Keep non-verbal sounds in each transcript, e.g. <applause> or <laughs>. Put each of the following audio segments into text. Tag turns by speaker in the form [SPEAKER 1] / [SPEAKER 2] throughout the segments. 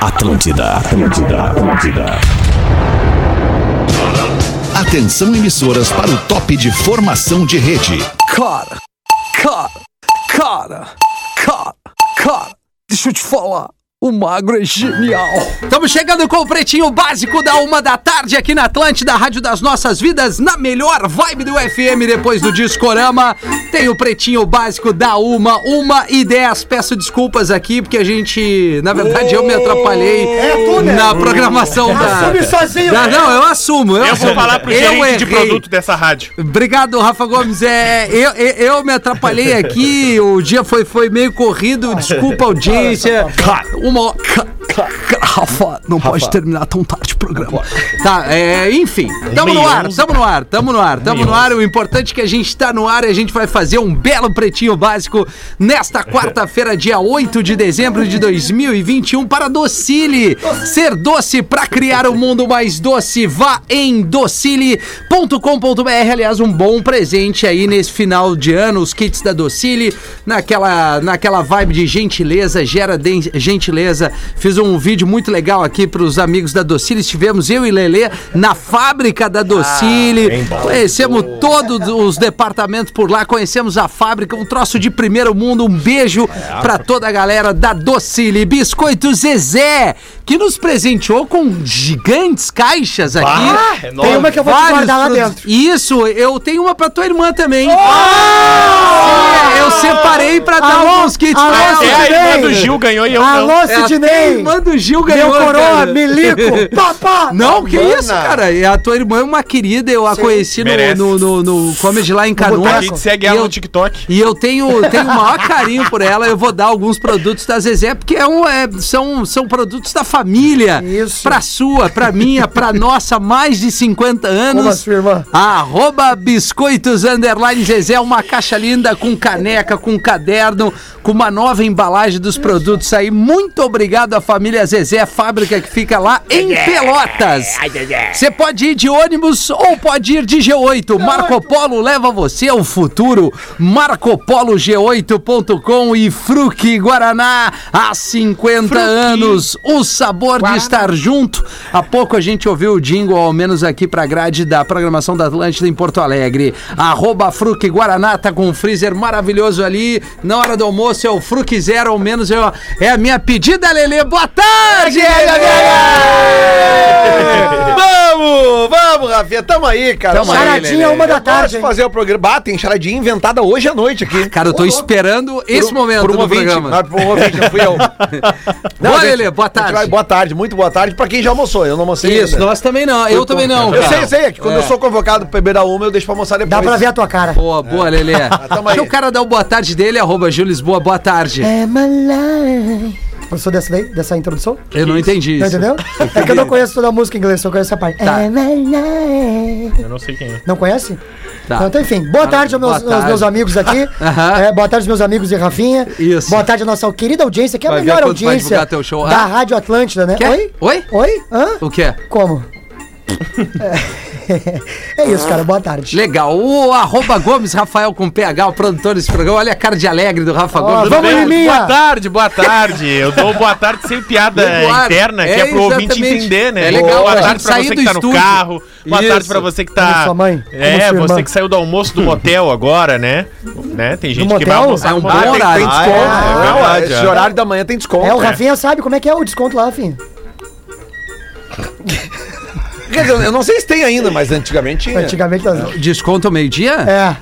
[SPEAKER 1] Atlântida, Atlântida, Atlântida.
[SPEAKER 2] Atenção emissoras para o top de formação de rede.
[SPEAKER 3] Cara, cara, cara, cara, cara, deixa eu te falar. O magro é genial.
[SPEAKER 4] Estamos chegando com o Pretinho Básico da uma da tarde aqui na Atlântida, Rádio das Nossas Vidas, na melhor vibe do FM depois do Discorama. Tem o Pretinho Básico da uma, uma e dez. Peço desculpas aqui porque a gente, na verdade, eu me atrapalhei
[SPEAKER 3] é
[SPEAKER 5] tu, né?
[SPEAKER 4] na programação da...
[SPEAKER 5] Assume sozinho,
[SPEAKER 3] né?
[SPEAKER 4] Não, não, eu assumo. Eu,
[SPEAKER 6] Eu vou
[SPEAKER 4] assumo.
[SPEAKER 6] falar pro
[SPEAKER 4] Eu
[SPEAKER 6] gerente de
[SPEAKER 4] errei.
[SPEAKER 6] produto dessa rádio.
[SPEAKER 4] Obrigado, Rafa Gomes. É, eu, eu, eu me atrapalhei aqui, o dia foi, foi meio corrido. Desculpa, audiência. Uma hora. Ca- ca- ca- Rafa, não pode terminar tão tarde o programa. Tá, é, enfim. Tamo no ar, tamo no ar, tamo no ar, tamo no ar. O importante é que a gente tá no ar e a gente vai fazer um belo pretinho básico nesta quarta-feira, dia 8 de dezembro de 2021, para Docile. Ser doce pra criar um mundo mais doce. Vá em docile.com.br. Aliás, um bom presente aí nesse final de ano, os kits da Docile, naquela, naquela vibe de gentileza, gera den- gentileza. Fiz um vídeo muito legal aqui pros amigos da Docile. Estivemos eu e Lelê na fábrica da Docile. conhecemos todos os departamentos por lá, conhecemos a fábrica, um troço de primeiro mundo. Um beijo pra toda a galera da Docile. Biscoito Zezé, que nos presenteou com gigantes caixas aqui.
[SPEAKER 6] Ah, é
[SPEAKER 5] Tem
[SPEAKER 6] nóis.
[SPEAKER 5] uma que eu vou te
[SPEAKER 4] Vários
[SPEAKER 5] guardar lá
[SPEAKER 4] produtos.
[SPEAKER 5] dentro. Oh!
[SPEAKER 4] Isso, eu tenho uma pra tua irmã também. É, eu separei pra dar
[SPEAKER 5] Alô,
[SPEAKER 4] alguns kits
[SPEAKER 5] Tá alô,
[SPEAKER 4] pra ela.
[SPEAKER 6] É,
[SPEAKER 5] Sidney.
[SPEAKER 4] É,
[SPEAKER 6] a irmã do Gil é um ganhou e eu não.
[SPEAKER 5] Alô,
[SPEAKER 4] até a
[SPEAKER 5] Sidney!
[SPEAKER 4] irmã do Gil
[SPEAKER 5] Meu
[SPEAKER 4] ganhou,
[SPEAKER 5] coroa,
[SPEAKER 4] cara.
[SPEAKER 5] <laughs>
[SPEAKER 4] <laughs>
[SPEAKER 5] milico! Papá!
[SPEAKER 4] Não, que isso, cara? E A tua irmã é uma querida, eu a conheci
[SPEAKER 6] merece.
[SPEAKER 4] no, no, no, no comedy lá em
[SPEAKER 6] A
[SPEAKER 4] Canoas.
[SPEAKER 6] gente segue
[SPEAKER 4] E
[SPEAKER 6] ela
[SPEAKER 4] eu-
[SPEAKER 6] no TikTok.
[SPEAKER 4] e eu tenho, tenho o maior carinho por ela. Eu vou dar alguns produtos da Zezé, porque é um, é- são, são produtos da família.
[SPEAKER 5] Isso.
[SPEAKER 4] Pra sua, pra minha, pra nossa, mais de 50 anos.
[SPEAKER 5] Como a sua irmã?
[SPEAKER 4] Arroba Biscoitos Underline Zezé, uma caixa linda com caneca, com caderno, com uma nova embalagem dos produtos aí. Muito obrigado à família Zezé, fábrica que fica lá em Pelotas. Você pode ir de ônibus ou pode ir de G8. Marco Polo leva você ao futuro. MarcoPoloG8.com e Fruque Guaraná há 50 anos. O sabor de estar junto. Há pouco a gente ouviu o jingle, ao menos aqui pra grade da programação da Atlântida em Porto Alegre. Arroba Fruque Guaraná tá com um freezer maravilhoso ali. Na hora do almoço é o Fruque Zero, ao menos eu- é a minha pedida, Lelê. Boa tarde,
[SPEAKER 7] <laughs> Vamos, vamos, Rafinha, tamo aí, cara.
[SPEAKER 4] Tamo aí,
[SPEAKER 5] Charadinha, uma da tarde,
[SPEAKER 7] Pode
[SPEAKER 5] hein?
[SPEAKER 7] fazer o programa. Bah, tem charadinha inventada hoje à noite aqui.
[SPEAKER 4] Ah, Cara, eu tô esperando esse momento
[SPEAKER 7] por um
[SPEAKER 4] do
[SPEAKER 7] ouvinte.
[SPEAKER 4] programa. <laughs>
[SPEAKER 7] Ah, por um ouvinte, não fui eu. Não,
[SPEAKER 4] Boa,
[SPEAKER 7] gente,
[SPEAKER 4] Lelê, boa
[SPEAKER 7] a gente
[SPEAKER 4] tarde.
[SPEAKER 7] vai- boa tarde, muito boa tarde. Pra quem já almoçou, eu não almocei
[SPEAKER 4] Isso,
[SPEAKER 7] ainda.
[SPEAKER 4] nós também não. Eu também não.
[SPEAKER 7] Eu
[SPEAKER 4] cara.
[SPEAKER 7] sei, eu sei, é que quando eu sou convocado pra beber da uma, eu deixo pra almoçar depois.
[SPEAKER 5] Dá pra ver a tua cara.
[SPEAKER 4] Boa, boa, Lelê.
[SPEAKER 7] É. Ah, tamo
[SPEAKER 4] Deixa
[SPEAKER 7] aí.
[SPEAKER 4] o cara dar o boa tarde dele, arroba Gil Lisboa, boa tarde.
[SPEAKER 5] I'm alive. É Gostou dessa daí? Dessa introdução?
[SPEAKER 4] Eu não entendi
[SPEAKER 5] Não
[SPEAKER 4] isso.
[SPEAKER 5] entendeu? É que eu não conheço toda a música em inglês, só conheço essa parte. I'm alive.
[SPEAKER 6] Eu não sei quem é.
[SPEAKER 5] Não conhece?
[SPEAKER 4] Tá.
[SPEAKER 5] Então, enfim, boa tarde aos meus,
[SPEAKER 4] boa tarde.
[SPEAKER 5] aos meus amigos aqui.
[SPEAKER 4] <laughs> Aham.
[SPEAKER 5] É, boa tarde aos meus amigos e Rafinha.
[SPEAKER 4] Isso.
[SPEAKER 5] Boa tarde à nossa querida audiência, que é a
[SPEAKER 4] Vai ver
[SPEAKER 5] melhor
[SPEAKER 4] quanto vai divulgar
[SPEAKER 5] audiência
[SPEAKER 4] teu show,
[SPEAKER 5] da
[SPEAKER 4] ah?
[SPEAKER 5] Rádio Atlântida, né?
[SPEAKER 4] Quê?
[SPEAKER 5] Oi?
[SPEAKER 4] Oi?
[SPEAKER 5] Oi? Hã?
[SPEAKER 4] O quê?
[SPEAKER 5] Como? <laughs> É. é isso, cara. Boa tarde.
[SPEAKER 4] Legal. O arroba Gomes Rafael com PH, o produtor desse programa. Olha a cara de alegre do Rafa Gomes.
[SPEAKER 5] vamos
[SPEAKER 4] Tudo bem?
[SPEAKER 5] em mim. Liminha.
[SPEAKER 6] Boa tarde, boa tarde. Eu dou boa tarde sem piada
[SPEAKER 4] Boa-
[SPEAKER 6] interna, que é,
[SPEAKER 4] é,
[SPEAKER 6] pro ouvinte
[SPEAKER 4] exatamente.
[SPEAKER 6] entender, né?
[SPEAKER 4] É legal
[SPEAKER 6] boa
[SPEAKER 4] pra
[SPEAKER 6] tarde
[SPEAKER 4] gente
[SPEAKER 6] pra
[SPEAKER 4] sair
[SPEAKER 6] você
[SPEAKER 4] do
[SPEAKER 6] que tá no
[SPEAKER 4] estúdio.
[SPEAKER 6] carro. Boa
[SPEAKER 4] Isso.
[SPEAKER 6] tarde pra você que tá.
[SPEAKER 5] Como sua mãe,
[SPEAKER 6] É,
[SPEAKER 5] como sua
[SPEAKER 6] você
[SPEAKER 5] irmã.
[SPEAKER 6] que saiu do almoço do motel agora, né? né? Tem gente
[SPEAKER 5] Do
[SPEAKER 6] que vai
[SPEAKER 5] motel?
[SPEAKER 6] almoçar
[SPEAKER 4] É um
[SPEAKER 6] no
[SPEAKER 4] bom
[SPEAKER 6] motel.
[SPEAKER 4] horário.
[SPEAKER 7] Ah, é, é,
[SPEAKER 6] Ah, é verdade,
[SPEAKER 7] esse
[SPEAKER 6] é.
[SPEAKER 7] horário da manhã tem desconto.
[SPEAKER 5] É, o Rafinha sabe como é que é o desconto lá, Rafinha.
[SPEAKER 7] Quer dizer, eu não sei se tem ainda, mas antigamente
[SPEAKER 4] É.
[SPEAKER 7] tinha.
[SPEAKER 5] Antigamente nós...
[SPEAKER 4] Desconto ao meio-dia?
[SPEAKER 5] É.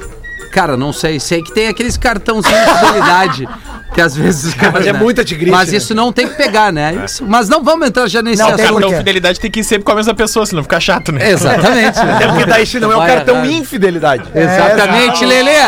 [SPEAKER 4] Cara, não sei. Sei que tem aqueles cartãozinhos de fidelidade. Que às vezes os caras.
[SPEAKER 7] mas é muita tigrice,
[SPEAKER 4] Mas
[SPEAKER 7] né?
[SPEAKER 4] isso não tem que pegar, né? Isso. Mas não vamos entrar já nesse
[SPEAKER 5] Não,
[SPEAKER 6] O
[SPEAKER 4] assunto.
[SPEAKER 5] tem
[SPEAKER 6] é. cartão
[SPEAKER 5] porquê.
[SPEAKER 6] fidelidade tem que ir sempre com a mesma pessoa, senão fica chato, né? <laughs> tá
[SPEAKER 4] Exatamente.
[SPEAKER 7] É porque daí se não é o
[SPEAKER 4] Vai
[SPEAKER 7] cartão
[SPEAKER 4] errar.
[SPEAKER 7] infidelidade.
[SPEAKER 5] É,
[SPEAKER 4] Exatamente, Lelê.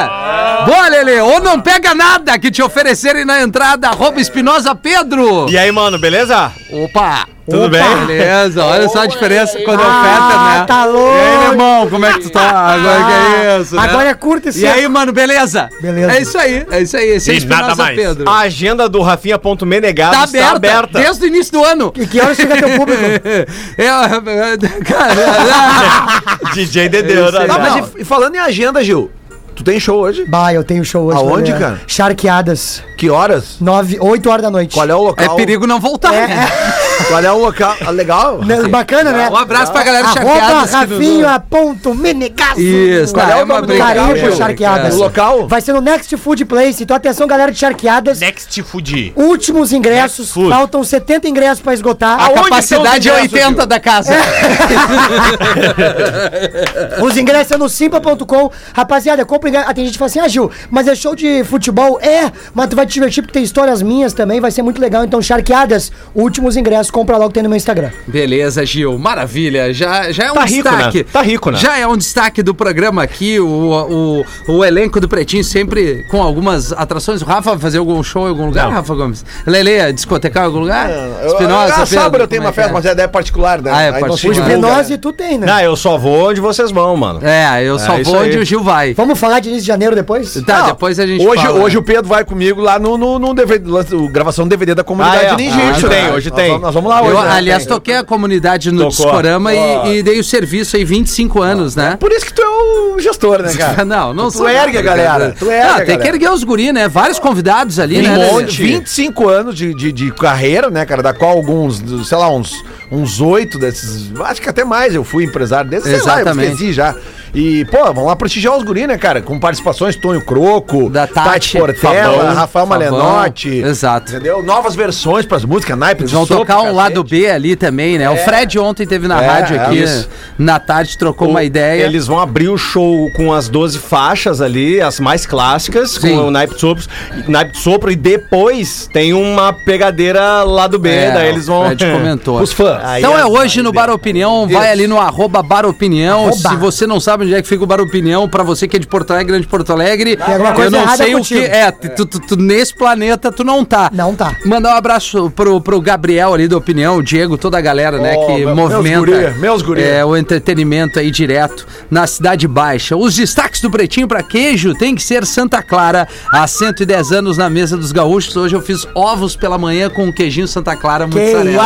[SPEAKER 4] Boa, Lelê. Ou não pega nada que te oferecerem na entrada. Arroba Espinosa Pedro.
[SPEAKER 6] E aí, mano, beleza?
[SPEAKER 4] Opa.
[SPEAKER 6] Tudo bem? <laughs>
[SPEAKER 4] Beleza, olha só a diferença quando oferta, né?
[SPEAKER 5] tá louco.
[SPEAKER 4] E aí, irmão, como é que tu tá? Agora que é isso, né?
[SPEAKER 5] Agora é curto esse
[SPEAKER 4] E aí, mano, beleza?
[SPEAKER 5] Beleza. Ah,
[SPEAKER 4] É isso aí, é isso aí. Esse é
[SPEAKER 6] E nada
[SPEAKER 4] Espinosa
[SPEAKER 6] mais.
[SPEAKER 4] Pedro.
[SPEAKER 8] A agenda do Rafinha.menegado
[SPEAKER 4] tá
[SPEAKER 8] está,
[SPEAKER 4] aberta,
[SPEAKER 8] aberta.
[SPEAKER 4] desde o início do ano.
[SPEAKER 5] E que horas chega teu público?
[SPEAKER 4] <laughs> É, é, cara,
[SPEAKER 8] DJ Dedeu,
[SPEAKER 4] Isso aí.
[SPEAKER 9] Tá,
[SPEAKER 8] né?
[SPEAKER 7] Ah, mas e, e falando em agenda, Gil, tu tem show hoje?
[SPEAKER 5] Bah, eu tenho show hoje.
[SPEAKER 7] Aonde,
[SPEAKER 5] Lelê.
[SPEAKER 7] cara?
[SPEAKER 5] Charqueadas.
[SPEAKER 9] Que horas?
[SPEAKER 5] 9, 8 horas da noite.
[SPEAKER 9] Qual é o
[SPEAKER 4] É
[SPEAKER 9] local?
[SPEAKER 4] perigo não voltar.
[SPEAKER 5] É,
[SPEAKER 4] né?
[SPEAKER 5] é.
[SPEAKER 9] Qual é o local?
[SPEAKER 4] <laughs>
[SPEAKER 9] Ah, legal.
[SPEAKER 5] Né, Bacana, né?
[SPEAKER 4] Um abraço pra galera
[SPEAKER 5] Arroba
[SPEAKER 4] chapeada.
[SPEAKER 5] Rafinha ponto Menegasso.
[SPEAKER 4] Isso,
[SPEAKER 9] Qual
[SPEAKER 4] tá,
[SPEAKER 9] é
[SPEAKER 4] é
[SPEAKER 9] o
[SPEAKER 4] uma
[SPEAKER 9] nome do
[SPEAKER 4] briga.
[SPEAKER 9] cara?
[SPEAKER 5] Carimbo,
[SPEAKER 9] Gabriel,
[SPEAKER 5] charqueadas.
[SPEAKER 9] O local?
[SPEAKER 5] Vai ser no Next Food Place. Então atenção, galera de charqueadas.
[SPEAKER 6] Next Food.
[SPEAKER 5] Últimos ingressos.
[SPEAKER 6] Food.
[SPEAKER 5] Faltam 70 ingressos pra esgotar.
[SPEAKER 4] A
[SPEAKER 6] Aonde
[SPEAKER 4] capacidade é
[SPEAKER 6] são os ingressos,
[SPEAKER 4] 80 da casa.
[SPEAKER 5] É. Os ingressos são no simpa.com. Rapaziada, compra ingresso. Ah, tem gente que fala assim, ah, Gil, mas é show de futebol? É, mas tu vai te divertir porque tem histórias minhas também. Vai ser muito legal. Então, charqueadas, últimos ingressos. Compra logo, tem no meu Instagram.
[SPEAKER 4] Beleza, Gil. Maravilha. Já, já é um
[SPEAKER 8] Tá rico,
[SPEAKER 4] destaque.
[SPEAKER 8] né? Tá rico, né?
[SPEAKER 4] Já é um destaque do programa aqui. O, o, o elenco do Pretinho sempre com algumas atrações. O Rafa vai fazer algum show em algum lugar, Rafa Gomes? Lele, é discotecar em algum lugar?
[SPEAKER 9] ah,
[SPEAKER 4] Pedro,
[SPEAKER 9] sábado eu tenho
[SPEAKER 4] como
[SPEAKER 9] uma
[SPEAKER 4] é que
[SPEAKER 9] festa, mas é é particular, né?
[SPEAKER 4] Ah, é
[SPEAKER 9] Aí não se
[SPEAKER 4] particular.
[SPEAKER 5] Porque
[SPEAKER 9] divulga,
[SPEAKER 5] nós
[SPEAKER 9] né?
[SPEAKER 5] e tu tem, né?
[SPEAKER 8] Não, Ah, eu só vou onde vocês vão, mano.
[SPEAKER 4] É, eu só
[SPEAKER 8] É, isso
[SPEAKER 4] vou
[SPEAKER 8] aí.
[SPEAKER 4] onde o Gil vai.
[SPEAKER 5] Vamos falar de início de janeiro depois?
[SPEAKER 4] Tá,
[SPEAKER 9] Não,
[SPEAKER 4] depois a gente
[SPEAKER 9] hoje,
[SPEAKER 4] fala.
[SPEAKER 9] hoje o Pedro vai comigo lá no, no, no DVD, lance- o gravação do DVD da comunidade
[SPEAKER 8] Ah, é?
[SPEAKER 9] ninja.
[SPEAKER 8] Ah,
[SPEAKER 9] Isso,
[SPEAKER 8] tem,
[SPEAKER 9] né?
[SPEAKER 8] hoje
[SPEAKER 9] Nós
[SPEAKER 8] tem.
[SPEAKER 9] vamos- Nós vamos lá hoje.
[SPEAKER 4] Eu,
[SPEAKER 9] né?
[SPEAKER 4] aliás,
[SPEAKER 9] Tem.
[SPEAKER 4] toquei a comunidade no
[SPEAKER 8] Tocou.
[SPEAKER 4] Discorama e, e dei o serviço aí 25 anos, né?
[SPEAKER 9] Por isso que tu é o gestor, né,
[SPEAKER 4] <laughs>
[SPEAKER 9] cara?
[SPEAKER 4] Não, não
[SPEAKER 9] Tu
[SPEAKER 4] sou-
[SPEAKER 9] ergue a galera, tu ergue
[SPEAKER 4] Ah,
[SPEAKER 9] a
[SPEAKER 4] tem que
[SPEAKER 9] galera.
[SPEAKER 4] erguer os guri, né? Vários convidados ali, né?
[SPEAKER 9] Um
[SPEAKER 4] Lelê?
[SPEAKER 9] monte. 25 anos de, de, de carreira, né, cara? Da qual alguns, sei lá, uns uns oito desses. Acho que até mais eu fui empresário desses, sei lá, eu
[SPEAKER 4] Exatamente.
[SPEAKER 9] esqueci já. E, pô, vamos lá prestigiar os guri, né, cara? Com participações Tonho Croco,
[SPEAKER 4] Da Tati,
[SPEAKER 9] Portela,
[SPEAKER 4] Fabão,
[SPEAKER 9] Rafael
[SPEAKER 4] Fabão,
[SPEAKER 9] Malenotti.
[SPEAKER 4] exato.
[SPEAKER 9] Entendeu? Novas versões pras músicas, naipe
[SPEAKER 4] Eles vão
[SPEAKER 9] sopa,
[SPEAKER 4] tocar um
[SPEAKER 9] cacete.
[SPEAKER 4] lado B ali também, né? O Fred ontem teve na
[SPEAKER 9] É,
[SPEAKER 4] rádio
[SPEAKER 9] é
[SPEAKER 4] aqui,
[SPEAKER 9] isso.
[SPEAKER 4] na tarde, trocou
[SPEAKER 8] O-
[SPEAKER 4] uma ideia.
[SPEAKER 8] Eles vão abrir o show com as 12 faixas ali, as mais clássicas,
[SPEAKER 4] Sim.
[SPEAKER 8] com o naipe de sopro, naipe de sopro, e depois tem uma pegadeira lá do B,
[SPEAKER 4] É,
[SPEAKER 8] daí eles
[SPEAKER 4] O
[SPEAKER 8] vão.
[SPEAKER 6] <laughs>
[SPEAKER 4] Fred comentou.
[SPEAKER 9] <laughs> Os fãs.
[SPEAKER 8] Aí
[SPEAKER 4] Então é
[SPEAKER 8] as-
[SPEAKER 4] hoje
[SPEAKER 5] né?
[SPEAKER 4] no Bar Opinião, vai
[SPEAKER 9] Isso.
[SPEAKER 4] ali no arroba Bar Opinião. Se você não sabe onde é que fica o Bar Opinião, pra você que é de Porto Alegre, grande Porto Alegre,
[SPEAKER 5] alguma
[SPEAKER 4] eu
[SPEAKER 5] coisa
[SPEAKER 4] não
[SPEAKER 5] errada
[SPEAKER 4] sei o que.
[SPEAKER 5] contigo.
[SPEAKER 4] É, tu, tu- tu- nesse planeta tu não tá.
[SPEAKER 5] Não tá.
[SPEAKER 4] Mandar um abraço pro, pro Gabriel ali do Opinião, o Diego, toda a galera, né,
[SPEAKER 9] Oh,
[SPEAKER 4] que
[SPEAKER 9] meu-
[SPEAKER 4] movimenta
[SPEAKER 9] meus guri, meus guri.
[SPEAKER 4] É, o entretenimento aí direto na Cidade Baixa. Os destaques do Pretinho pra queijo tem que ser Santa Clara. Há 110 anos na mesa dos gaúchos, hoje eu fiz ovos pela manhã com um queijinho Santa Clara mussarela.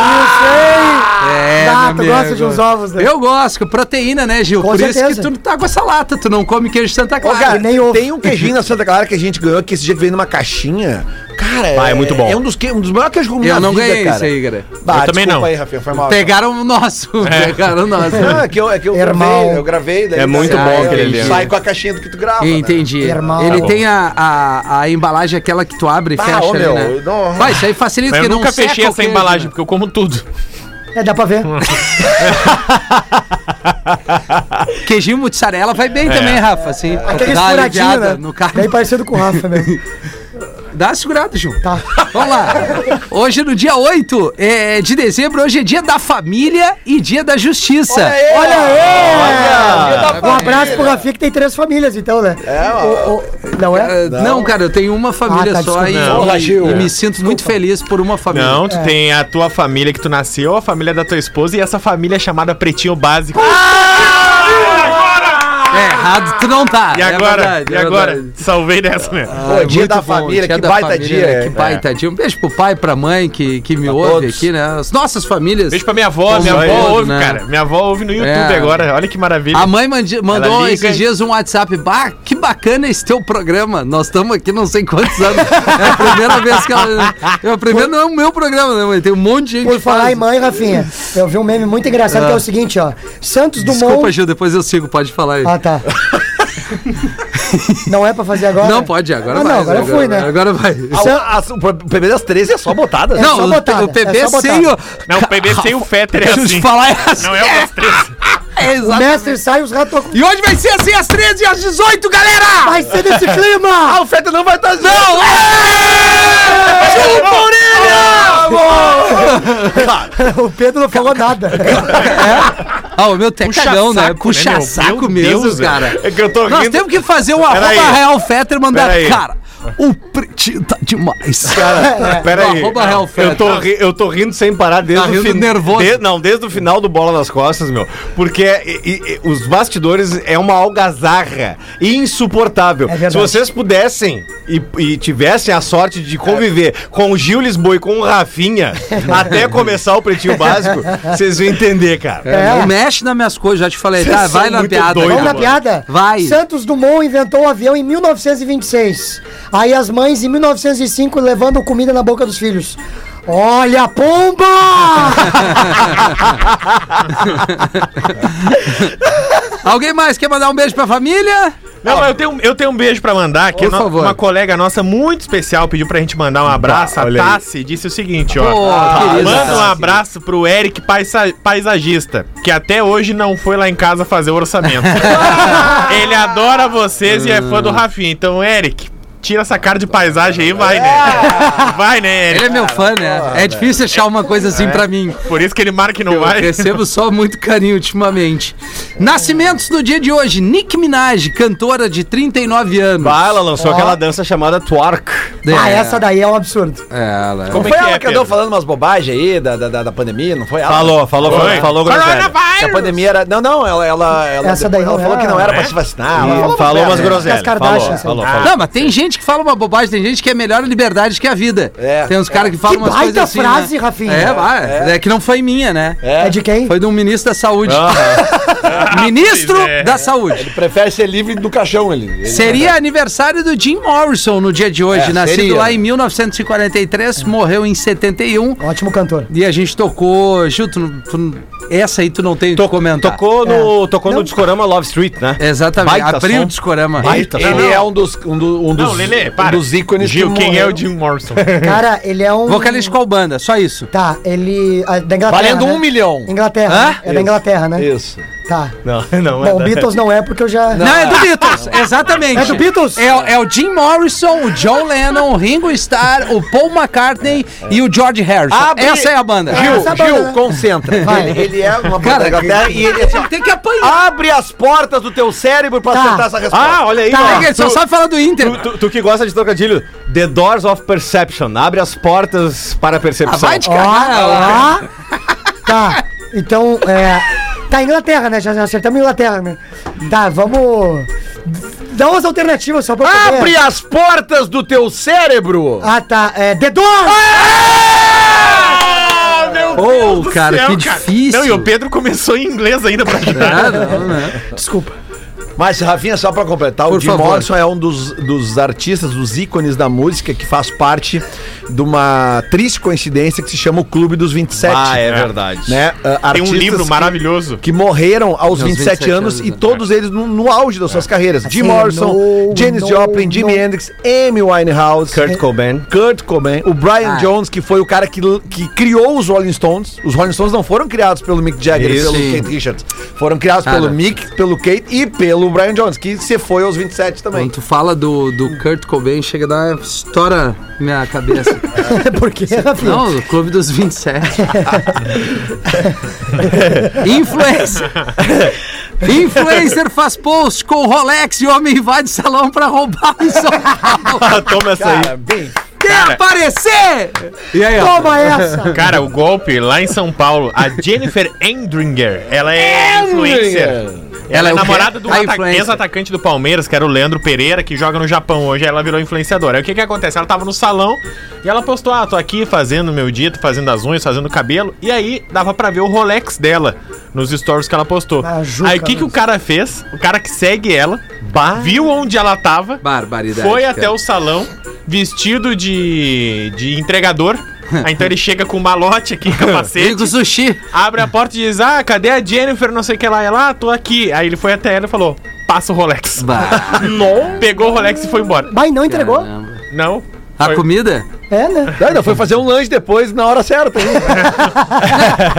[SPEAKER 4] É,
[SPEAKER 5] Ah,
[SPEAKER 4] meu
[SPEAKER 5] tu
[SPEAKER 4] amigo.
[SPEAKER 5] gosta de uns ovos, né?
[SPEAKER 4] Eu gosto, proteína, né, Gil?
[SPEAKER 5] Com
[SPEAKER 4] Por isso
[SPEAKER 5] certeza.
[SPEAKER 4] que tu não tá com essa lata, tu não come queijo de Santa Clara.
[SPEAKER 9] Ô, cara,
[SPEAKER 5] E nem ovo.
[SPEAKER 9] tem um queijinho na Santa Clara que a gente ganhou, que esse dia veio numa caixinha. Cara,
[SPEAKER 8] Ah, é muito bom.
[SPEAKER 9] É um dos, que, um dos maiores queijos que comi
[SPEAKER 4] eu
[SPEAKER 9] na
[SPEAKER 4] não
[SPEAKER 9] vida,
[SPEAKER 4] ganhei
[SPEAKER 9] cara.
[SPEAKER 4] isso aí, cara.
[SPEAKER 9] Bah,
[SPEAKER 6] Eu também
[SPEAKER 9] desculpa
[SPEAKER 6] não.
[SPEAKER 9] aí, Rafinha, foi mal.
[SPEAKER 4] Pegaram o nosso, pegaram o nosso.
[SPEAKER 9] Não, é que eu, é que eu
[SPEAKER 5] Irmão.
[SPEAKER 9] gravei, eu gravei. daí-
[SPEAKER 8] É muito
[SPEAKER 9] daí-
[SPEAKER 4] bom
[SPEAKER 9] eu-
[SPEAKER 4] aquele
[SPEAKER 9] eu
[SPEAKER 4] ali. né?
[SPEAKER 9] Sai com a caixinha do que tu grava, né?
[SPEAKER 4] Entendi.
[SPEAKER 5] Irmão.
[SPEAKER 4] Ele
[SPEAKER 5] Tá bom.
[SPEAKER 4] tem a, a, a embalagem aquela que tu abre e
[SPEAKER 9] Ah,
[SPEAKER 4] fecha,
[SPEAKER 9] ô,
[SPEAKER 4] ali,
[SPEAKER 9] meu,
[SPEAKER 4] né?
[SPEAKER 9] não-
[SPEAKER 4] Vai, isso aí facilita
[SPEAKER 6] Eu
[SPEAKER 4] que
[SPEAKER 6] nunca
[SPEAKER 4] não seca
[SPEAKER 6] fechei
[SPEAKER 4] o
[SPEAKER 6] essa
[SPEAKER 4] queijo,
[SPEAKER 6] embalagem,
[SPEAKER 4] né?
[SPEAKER 6] porque eu como tudo.
[SPEAKER 5] É, dá pra ver.
[SPEAKER 4] Queijinho mussarela vai bem também, Rafa, assim.
[SPEAKER 5] Aquele
[SPEAKER 4] dá uma
[SPEAKER 5] furadinho, né?
[SPEAKER 4] aliviada no carro.
[SPEAKER 5] Bem parecido com o
[SPEAKER 4] <laughs>
[SPEAKER 5] Rafa mesmo.
[SPEAKER 4] Dá uma segurada, Gil.
[SPEAKER 5] Tá.
[SPEAKER 4] Vamos lá. Hoje, no dia 8 é, de dezembro, hoje é dia da família e dia da justiça.
[SPEAKER 5] Olha
[SPEAKER 4] Ah,
[SPEAKER 9] Olha!
[SPEAKER 5] aí! Um abraço pro Rafinha que tem três famílias, então, né? É, Não é?
[SPEAKER 4] Ah, Não, cara, eu tenho uma família
[SPEAKER 5] Ah, tá,
[SPEAKER 4] só e,
[SPEAKER 5] desculpa.
[SPEAKER 4] e-
[SPEAKER 9] Porra, Gil.
[SPEAKER 4] e me sinto muito feliz por uma família.
[SPEAKER 6] Não, tu tem a tua família que tu nasceu, a família da tua esposa e essa família é chamada Pretinho Básico.
[SPEAKER 4] Ah, É, errado tu não tá.
[SPEAKER 6] e
[SPEAKER 4] é
[SPEAKER 6] agora?
[SPEAKER 4] verdade,
[SPEAKER 6] e
[SPEAKER 4] é
[SPEAKER 6] agora?
[SPEAKER 4] verdade. Ah,
[SPEAKER 6] Salvei dessa, né?
[SPEAKER 9] Pô, dia
[SPEAKER 4] muito
[SPEAKER 9] da
[SPEAKER 4] bom,
[SPEAKER 9] família,
[SPEAKER 4] dia
[SPEAKER 9] que
[SPEAKER 4] da
[SPEAKER 9] baita
[SPEAKER 4] família,
[SPEAKER 9] dia,
[SPEAKER 4] né?
[SPEAKER 9] é,
[SPEAKER 4] Que baita dia. Um beijo pro pai, pra mãe que, que me ouve
[SPEAKER 9] todos.
[SPEAKER 4] aqui, né? As nossas famílias.
[SPEAKER 6] Beijo pra minha avó,
[SPEAKER 4] Como
[SPEAKER 6] minha avó
[SPEAKER 4] todo,
[SPEAKER 6] ouve,
[SPEAKER 4] né?
[SPEAKER 6] cara. Minha avó ouve no YouTube
[SPEAKER 4] É.
[SPEAKER 6] agora, olha que maravilha.
[SPEAKER 4] A mãe mandi- mandou
[SPEAKER 6] liga
[SPEAKER 4] esses
[SPEAKER 6] e-
[SPEAKER 4] dias um WhatsApp. Bah, que bacana esse teu programa. Nós estamos aqui não sei quantos anos. É a primeira vez que ela. É a primeira, não é o meu programa, né, mãe? Tem um monte de gente
[SPEAKER 5] Por
[SPEAKER 4] que
[SPEAKER 5] falar
[SPEAKER 4] faz. Ah.
[SPEAKER 5] em mãe, Rafinha, eu vi um meme muito engraçado que é o seguinte, ó. Santos Dumont.
[SPEAKER 4] Desculpa, Gil, depois eu sigo, pode falar aí. <laughs>
[SPEAKER 5] Ah, tá. não é pra fazer agora?
[SPEAKER 4] Não, pode, agora
[SPEAKER 5] Ah,
[SPEAKER 4] vai.
[SPEAKER 5] não, agora eu fui, né?
[SPEAKER 4] Agora vai.
[SPEAKER 9] A- a- o PB das 13 é só botada. né?
[SPEAKER 5] só
[SPEAKER 4] não, o,
[SPEAKER 5] botada,
[SPEAKER 4] o PB
[SPEAKER 5] é só
[SPEAKER 4] sem o.
[SPEAKER 6] Não, o PB sem o Fetter é
[SPEAKER 4] Deixa eu te
[SPEAKER 6] assim.
[SPEAKER 4] falar, é assim.
[SPEAKER 6] Não é o das três.
[SPEAKER 4] É, <laughs>
[SPEAKER 5] O
[SPEAKER 4] exato.
[SPEAKER 5] mestre sai, os ratos tocam.
[SPEAKER 4] E hoje vai ser assim às 13 e às 18, galera!
[SPEAKER 5] Vai ser
[SPEAKER 4] <laughs>
[SPEAKER 5] desse clima!
[SPEAKER 9] Ah, o Feta não vai
[SPEAKER 5] tá
[SPEAKER 9] estar
[SPEAKER 4] Não! É!
[SPEAKER 5] assim,
[SPEAKER 4] Chupa a orelha!
[SPEAKER 5] o Pedro não falou nada.
[SPEAKER 4] Ah, o meu até
[SPEAKER 6] Puxa
[SPEAKER 4] cagão, né?
[SPEAKER 6] saco,
[SPEAKER 4] Puxa
[SPEAKER 6] né, meu?
[SPEAKER 4] saco
[SPEAKER 6] Meu
[SPEAKER 4] mesmo,
[SPEAKER 6] Deus,
[SPEAKER 4] cara.
[SPEAKER 6] é que eu tô
[SPEAKER 4] Nós
[SPEAKER 6] rindo.
[SPEAKER 4] temos que fazer o arroba
[SPEAKER 6] aí.
[SPEAKER 4] Real Fetter e mandar.
[SPEAKER 6] Pera aí.
[SPEAKER 4] Cara, o pretinho tá demais.
[SPEAKER 5] É,
[SPEAKER 8] Pera aí.
[SPEAKER 4] Arroba Real
[SPEAKER 8] Eu
[SPEAKER 4] Fetter.
[SPEAKER 8] tô, ri- eu tô rindo sem parar desde
[SPEAKER 4] Tá rindo
[SPEAKER 8] fin-
[SPEAKER 4] nervoso.
[SPEAKER 8] de- não, desde o final do Bola das Costas, meu. Porque é, e- e- e os bastidores é uma algazarra insuportável.
[SPEAKER 5] É verdade.
[SPEAKER 8] Se vocês pudessem e, e tivessem a sorte de conviver com o Gil Lisboa e com
[SPEAKER 5] <laughs>
[SPEAKER 8] o Rafinha até começar o Pretinho Básico, vocês iam entender, cara.
[SPEAKER 4] <laughs> É, Não mexe nas minhas coisas, já te falei.
[SPEAKER 8] Vocês
[SPEAKER 4] Tá,
[SPEAKER 8] são
[SPEAKER 6] é
[SPEAKER 4] vai na
[SPEAKER 8] muito
[SPEAKER 4] piada.
[SPEAKER 8] doidos,
[SPEAKER 5] Vamos na
[SPEAKER 8] mano.
[SPEAKER 5] piada?
[SPEAKER 4] Vai.
[SPEAKER 5] Santos Dumont inventou o avião em 1926. A Aí as mães, em 1905, levando comida na boca dos filhos. Olha a pomba!
[SPEAKER 4] Alguém mais quer mandar um beijo pra família?
[SPEAKER 6] Não, mas eu tenho, eu tenho um beijo pra mandar, que
[SPEAKER 4] Por
[SPEAKER 6] no-
[SPEAKER 4] favor.
[SPEAKER 6] uma colega nossa muito especial pediu pra gente mandar um abraço. a Tassi disse o seguinte, ó.
[SPEAKER 4] Pô, querida
[SPEAKER 6] Manda um
[SPEAKER 4] Tassi.
[SPEAKER 6] abraço pro Eric paisa- Paisagista, que até hoje não foi lá em casa fazer
[SPEAKER 4] <laughs>
[SPEAKER 6] o orçamento. Ele adora vocês e é fã
[SPEAKER 4] Ah.
[SPEAKER 6] do Rafinha. Então, Eric, tira essa cara de paisagem aí, vai, né? Vai, né,
[SPEAKER 4] Ele é
[SPEAKER 6] Eric?
[SPEAKER 4] meu fã, né? É difícil achar uma coisa assim pra mim.
[SPEAKER 6] Por isso que ele marca que não
[SPEAKER 4] Eu
[SPEAKER 6] É. vai.
[SPEAKER 4] recebo só muito carinho ultimamente. Nascimentos do dia de hoje. Nick Minaj, cantora de 39 anos.
[SPEAKER 8] Bah, ela lançou aquela dança chamada Twerk.
[SPEAKER 4] É,
[SPEAKER 5] Ah, essa daí é um absurdo.
[SPEAKER 4] é, Ela.
[SPEAKER 9] Não
[SPEAKER 6] Como é
[SPEAKER 9] foi
[SPEAKER 6] que
[SPEAKER 9] ela
[SPEAKER 6] é,
[SPEAKER 9] que andou
[SPEAKER 6] Pedro?
[SPEAKER 9] falando umas bobagens aí da, da, da- da pandemia, não foi ela?
[SPEAKER 8] Falou, falou,
[SPEAKER 6] Oi.
[SPEAKER 8] falou, falou, groselha.
[SPEAKER 9] Que a pandemia era. Não, não, ela. ela, ela
[SPEAKER 5] Essa
[SPEAKER 9] depois-
[SPEAKER 5] daí
[SPEAKER 9] ela
[SPEAKER 5] não
[SPEAKER 9] falou
[SPEAKER 5] era.
[SPEAKER 9] que não era pra
[SPEAKER 6] É?
[SPEAKER 9] se vacinar. ela
[SPEAKER 8] Falou,
[SPEAKER 9] falou
[SPEAKER 8] falou umas
[SPEAKER 5] As
[SPEAKER 8] groselhas. Falou,
[SPEAKER 5] Kardashians,
[SPEAKER 8] falou,
[SPEAKER 5] né?
[SPEAKER 8] falou.
[SPEAKER 4] Não, Ah, mas tem gente que fala uma bobagem, tem gente que é melhor a liberdade que a vida.
[SPEAKER 9] É,
[SPEAKER 4] tem uns
[SPEAKER 9] é.
[SPEAKER 4] caras que falam
[SPEAKER 5] Que
[SPEAKER 4] umas
[SPEAKER 5] baita
[SPEAKER 4] coisas assim,
[SPEAKER 5] frase,
[SPEAKER 4] né?
[SPEAKER 5] Rafinha.
[SPEAKER 4] É, vai. É. que não foi minha, né?
[SPEAKER 5] É, de quem?
[SPEAKER 4] Foi de um ministro da saúde. <laughs> Ministro
[SPEAKER 6] Pois é.
[SPEAKER 4] da saúde.
[SPEAKER 9] Prefere ser livre do caixão ali. Ele-
[SPEAKER 4] Seria aniversário do Jim Morrison no dia de hoje.
[SPEAKER 9] É,
[SPEAKER 4] Nascido
[SPEAKER 9] seria.
[SPEAKER 4] lá em 1943, morreu em 71.
[SPEAKER 5] Ótimo cantor.
[SPEAKER 4] E a gente tocou. Gil, tu, não- tu não- essa aí tu não tem o que comentar.
[SPEAKER 8] Tocou
[SPEAKER 9] É.
[SPEAKER 8] no, tocou no discorama Love Street, né?
[SPEAKER 4] Exatamente.
[SPEAKER 8] Baita
[SPEAKER 4] Abriu
[SPEAKER 8] som.
[SPEAKER 4] o discorama.
[SPEAKER 9] Ele,
[SPEAKER 6] Eita,
[SPEAKER 9] ele
[SPEAKER 6] não.
[SPEAKER 9] é um dos, um do- um dos,
[SPEAKER 6] Não, Lelê,
[SPEAKER 9] um
[SPEAKER 6] para.
[SPEAKER 9] dos ícones
[SPEAKER 6] Gil,
[SPEAKER 9] que
[SPEAKER 6] quem é
[SPEAKER 9] morreu.
[SPEAKER 6] o
[SPEAKER 4] <laughs>
[SPEAKER 6] Jim Morrison?
[SPEAKER 5] Cara, ele é um.
[SPEAKER 4] Vocalista de qual banda? Só isso.
[SPEAKER 5] Tá, ele. ah, Da Inglaterra.
[SPEAKER 9] Valendo
[SPEAKER 5] né?
[SPEAKER 9] um milhão.
[SPEAKER 5] Inglaterra.
[SPEAKER 4] Hã?
[SPEAKER 5] né? É da Inglaterra, né?
[SPEAKER 9] Isso.
[SPEAKER 5] Tá.
[SPEAKER 6] Não, não
[SPEAKER 5] Bom, Beatles não é porque eu já.
[SPEAKER 4] Não, é do Beatles, exatamente.
[SPEAKER 5] É do Beatles?
[SPEAKER 4] É, o- é o Jim Morrison, o John Lennon, o Ringo Starr, o Paul McCartney e o George Harrison.
[SPEAKER 9] Abre-
[SPEAKER 4] Essa é a banda.
[SPEAKER 5] Gil,
[SPEAKER 9] Gil,
[SPEAKER 5] essa banda,
[SPEAKER 9] Gil,
[SPEAKER 5] né?
[SPEAKER 9] concentra.
[SPEAKER 5] Vai.
[SPEAKER 9] Ele, ele é uma
[SPEAKER 4] Cara,
[SPEAKER 9] banda da Inglaterra e ele é assim, ó,
[SPEAKER 4] Tem que apanhar.
[SPEAKER 9] Abre as portas do teu cérebro pra
[SPEAKER 5] Tá.
[SPEAKER 9] acertar essa resposta.
[SPEAKER 8] Ah, olha aí,
[SPEAKER 4] Tá,
[SPEAKER 8] ó.
[SPEAKER 4] ele só
[SPEAKER 8] Tu-
[SPEAKER 4] sabe falar do Inter.
[SPEAKER 8] Tu, tu- tu que gosta de trocadilho, The Doors of Perception. Abre as portas para a
[SPEAKER 4] Ah,
[SPEAKER 8] percepção.
[SPEAKER 4] vai de
[SPEAKER 5] Ó,
[SPEAKER 4] cagar. lá.
[SPEAKER 5] ó. Tá. Então, é. Tá, Inglaterra, né? Já já acertamos Inglaterra, né? Tá, vamos. Dá umas alternativas só pra
[SPEAKER 4] Ah,
[SPEAKER 5] eu poder-
[SPEAKER 9] Abre as portas do teu cérebro.
[SPEAKER 5] Ah, tá. É. The Doors! <laughs>
[SPEAKER 6] Ah, meu
[SPEAKER 4] Ô,
[SPEAKER 6] Deus do
[SPEAKER 4] cara,
[SPEAKER 6] céu,
[SPEAKER 4] que difícil.
[SPEAKER 6] Não, e o Pedro começou em inglês ainda pra ajudar.
[SPEAKER 4] Ah, não, né?
[SPEAKER 5] Desculpa.
[SPEAKER 9] Mas, Rafinha, só pra completar,
[SPEAKER 4] Por
[SPEAKER 9] o Jim
[SPEAKER 4] favor.
[SPEAKER 9] Morrison é um dos, dos artistas, dos ícones da música que faz parte de uma triste coincidência que se chama o Clube dos 27.
[SPEAKER 8] Ah, é verdade.
[SPEAKER 9] Né? Ah,
[SPEAKER 6] Tem um
[SPEAKER 9] artistas
[SPEAKER 6] livro
[SPEAKER 9] que-
[SPEAKER 6] maravilhoso.
[SPEAKER 9] Que morreram aos
[SPEAKER 4] Aos
[SPEAKER 9] 27,
[SPEAKER 4] 27
[SPEAKER 9] anos,
[SPEAKER 4] anos,
[SPEAKER 9] e
[SPEAKER 4] né?
[SPEAKER 9] todos eles no, no auge das suas carreiras. Jim
[SPEAKER 5] Assim,
[SPEAKER 9] Morrison,
[SPEAKER 5] no,
[SPEAKER 9] Janis
[SPEAKER 5] no,
[SPEAKER 9] Joplin, Jimi
[SPEAKER 5] no.
[SPEAKER 9] Hendrix, Amy Winehouse,
[SPEAKER 8] Kurt Cobain.
[SPEAKER 9] Kurt Cobain, o Brian
[SPEAKER 4] Ah.
[SPEAKER 9] Jones, que foi o cara que, que criou os Rolling Stones. Os Rolling Stones não foram criados pelo Mick Jagger
[SPEAKER 4] Isso.
[SPEAKER 9] e pelo
[SPEAKER 4] Sim.
[SPEAKER 9] Keith Richards. Foram criados
[SPEAKER 4] Cara.
[SPEAKER 9] pelo Mick, pelo Kate e pelo Brian Jones, que se foi aos 27 também.
[SPEAKER 4] Quando tu fala do, do Kurt Cobain, chega a dar uma estoura minha <laughs> cabeça.
[SPEAKER 5] Por quê, Rafinha?
[SPEAKER 4] Não, o Clube dos 27. <laughs> Influencer. Influencer faz post com Rolex e homem invade salão pra roubar em São Paulo.
[SPEAKER 8] Toma essa aí.
[SPEAKER 4] Quer aparecer?
[SPEAKER 8] E
[SPEAKER 4] é.
[SPEAKER 8] aí, ó.
[SPEAKER 5] Toma essa!
[SPEAKER 6] Cara, o golpe lá em São Paulo, a Jennifer Endringer, ela é influencer.
[SPEAKER 4] Ela
[SPEAKER 6] Ela
[SPEAKER 4] é
[SPEAKER 6] é
[SPEAKER 4] o quê?
[SPEAKER 6] namorada do
[SPEAKER 4] A
[SPEAKER 6] ata-
[SPEAKER 4] influencer.
[SPEAKER 6] ex-atacante do Palmeiras, que era o Leandro Pereira, que joga no Japão hoje. Ela virou influenciadora. Aí o que que acontece? Ela tava no salão e ela postou: Ah, tô aqui fazendo meu dito, fazendo as unhas, fazendo o cabelo. E aí dava pra ver o Rolex dela nos stories que ela postou.
[SPEAKER 5] Ah, Juca,
[SPEAKER 6] aí o que, que o cara fez? O cara que segue ela viu onde ela tava,
[SPEAKER 4] Barbaridade.
[SPEAKER 6] foi
[SPEAKER 4] cara.
[SPEAKER 6] até o salão vestido de, de entregador.
[SPEAKER 5] <laughs>
[SPEAKER 6] Aí então ele chega com um malote aqui,
[SPEAKER 4] Digo
[SPEAKER 6] capacete,
[SPEAKER 4] sushi.
[SPEAKER 6] abre a porta e diz: Ah, cadê a Jennifer? Não sei o que lá. Ela, ah, tô aqui. Aí ele foi até ela e falou: Passa o Rolex.
[SPEAKER 4] Bah,
[SPEAKER 6] Pegou o Rolex e foi embora.
[SPEAKER 5] Mas não entregou?
[SPEAKER 4] caramba.
[SPEAKER 6] Não.
[SPEAKER 4] A
[SPEAKER 6] Foi- <laughs>
[SPEAKER 4] comida?
[SPEAKER 5] É, né?
[SPEAKER 9] Ainda foi fazer um lanche depois na hora certa.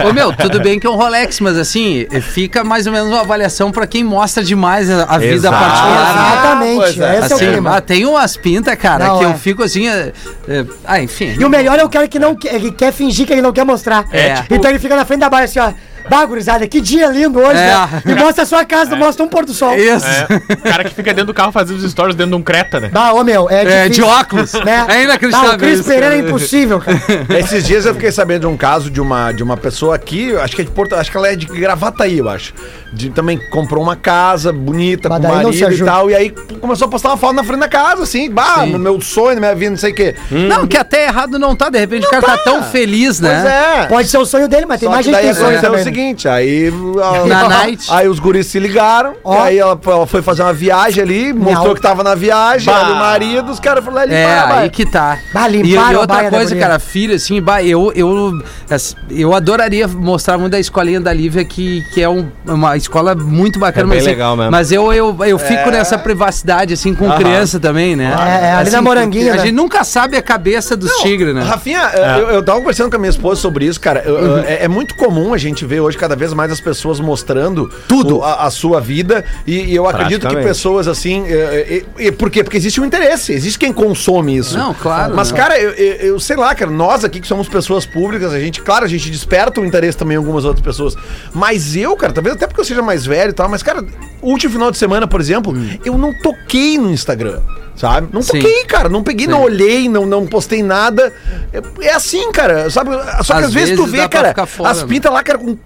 [SPEAKER 4] Ô meu, tudo bem que é um Rolex, mas assim, fica mais ou menos uma avaliação pra quem mostra demais a, a vida
[SPEAKER 8] Exato.
[SPEAKER 4] particular. né?
[SPEAKER 5] Exatamente.
[SPEAKER 9] pois é.
[SPEAKER 4] assim,
[SPEAKER 5] Esse é o clima.
[SPEAKER 4] ah, tem umas pintas, cara,
[SPEAKER 5] Não,
[SPEAKER 4] que eu
[SPEAKER 5] é.
[SPEAKER 4] fico assim. é, é, ah, enfim.
[SPEAKER 5] E o melhor é o cara que não quer, que quer fingir que ele não quer mostrar.
[SPEAKER 4] É, tipo-
[SPEAKER 5] Então ele fica na frente da barra assim, ó. Bagurizada, que dia lindo hoje,
[SPEAKER 4] É.
[SPEAKER 5] né? E mostra a sua casa, mostra um pôr do sol.
[SPEAKER 4] Isso.
[SPEAKER 5] <laughs>
[SPEAKER 6] É, o cara que fica dentro do carro fazendo os stories dentro de um Creta, né?
[SPEAKER 5] Bah, ô meu,
[SPEAKER 4] É,
[SPEAKER 5] é, difícil,
[SPEAKER 4] de óculos.
[SPEAKER 5] Né?
[SPEAKER 4] É inacreditável
[SPEAKER 5] Bah, o Cris
[SPEAKER 4] isso,
[SPEAKER 5] Pereira é
[SPEAKER 4] cara.
[SPEAKER 5] impossível, cara.
[SPEAKER 4] <laughs>
[SPEAKER 9] Esses dias eu fiquei sabendo de um caso de uma, de uma pessoa aqui, eu acho que é de Porto, acho que ela é de Gravataí, eu acho. De- também comprou uma casa bonita
[SPEAKER 5] Mas
[SPEAKER 9] com
[SPEAKER 5] daí não se
[SPEAKER 9] marido e
[SPEAKER 5] ajuda.
[SPEAKER 9] tal, e aí p- começou a postar uma foto na frente da casa, assim, bah, no meu sonho, na minha vida, não sei o quê.
[SPEAKER 5] Hum,
[SPEAKER 4] Não, que até errado não tá, de repente o cara tá, tão feliz,
[SPEAKER 9] Pois
[SPEAKER 4] né?
[SPEAKER 9] é.
[SPEAKER 5] Pode ser o sonho dele, mas tem
[SPEAKER 9] Só
[SPEAKER 5] mais
[SPEAKER 9] que
[SPEAKER 5] gente que
[SPEAKER 9] daí
[SPEAKER 5] tem
[SPEAKER 9] aconteceu
[SPEAKER 5] sonho
[SPEAKER 9] o
[SPEAKER 5] também,
[SPEAKER 9] seguinte, aí. a- <laughs>
[SPEAKER 4] Na night.
[SPEAKER 9] Aí os guris se ligaram,
[SPEAKER 5] Ó.
[SPEAKER 9] aí ela, ela foi fazer uma viagem ali, mostrou que tava na viagem,
[SPEAKER 6] Bah.
[SPEAKER 9] ela e o marido, os caras falaram, ali,
[SPEAKER 4] É,
[SPEAKER 9] "Bah, bah."
[SPEAKER 4] aí que tá.
[SPEAKER 5] Bah,
[SPEAKER 4] e,
[SPEAKER 5] limparam
[SPEAKER 4] e
[SPEAKER 5] a
[SPEAKER 4] outra
[SPEAKER 5] baia da
[SPEAKER 4] coisa,
[SPEAKER 5] guria.
[SPEAKER 4] cara, filho, assim, bah, eu, eu, ass- eu adoraria mostrar muito da escolinha da Lívia, que, que é um- uma escola muito bacana.
[SPEAKER 8] É bem
[SPEAKER 4] mas, eu-
[SPEAKER 8] legal mesmo.
[SPEAKER 4] Mas eu, eu, eu fico nessa privacidade, assim, com criança também, né?
[SPEAKER 5] É, é, ali na Moranguinho,
[SPEAKER 4] A
[SPEAKER 5] né?
[SPEAKER 4] gente nunca sabe a cabeça dos tigres, né?
[SPEAKER 9] Rafinha, eu, eu tava conversando com a minha esposa sobre isso, cara. Eu- eu- é, é muito comum a gente ver hoje cada vez mais as pessoas mostrando tudo a, a sua vida. E, e eu acredito que
[SPEAKER 8] Praticamente.
[SPEAKER 9] pessoas assim. é, é, é, por quê? Porque existe um interesse, existe quem consome isso.
[SPEAKER 4] Não, claro, né?
[SPEAKER 9] Mas,
[SPEAKER 4] não.
[SPEAKER 9] cara, eu, eu- eu sei lá, cara, nós aqui que somos pessoas públicas, a gente, claro, a gente desperta o interesse também em algumas outras pessoas. Mas eu, cara, talvez até porque eu seja mais velho e tal, mas, cara, último final de semana, por exemplo, eu não toquei no Instagram. Sabe? Não
[SPEAKER 4] Hum. Sim.
[SPEAKER 9] toquei, cara. Não peguei, não olhei, não, não postei nada. É, é assim, cara. Sabe? Só que às,
[SPEAKER 4] Às
[SPEAKER 9] vezes, tu
[SPEAKER 4] vezes
[SPEAKER 9] vê,
[SPEAKER 4] dá pra
[SPEAKER 9] cara,
[SPEAKER 4] ficar fora,
[SPEAKER 9] as
[SPEAKER 4] né?
[SPEAKER 9] pintas lá, cara, com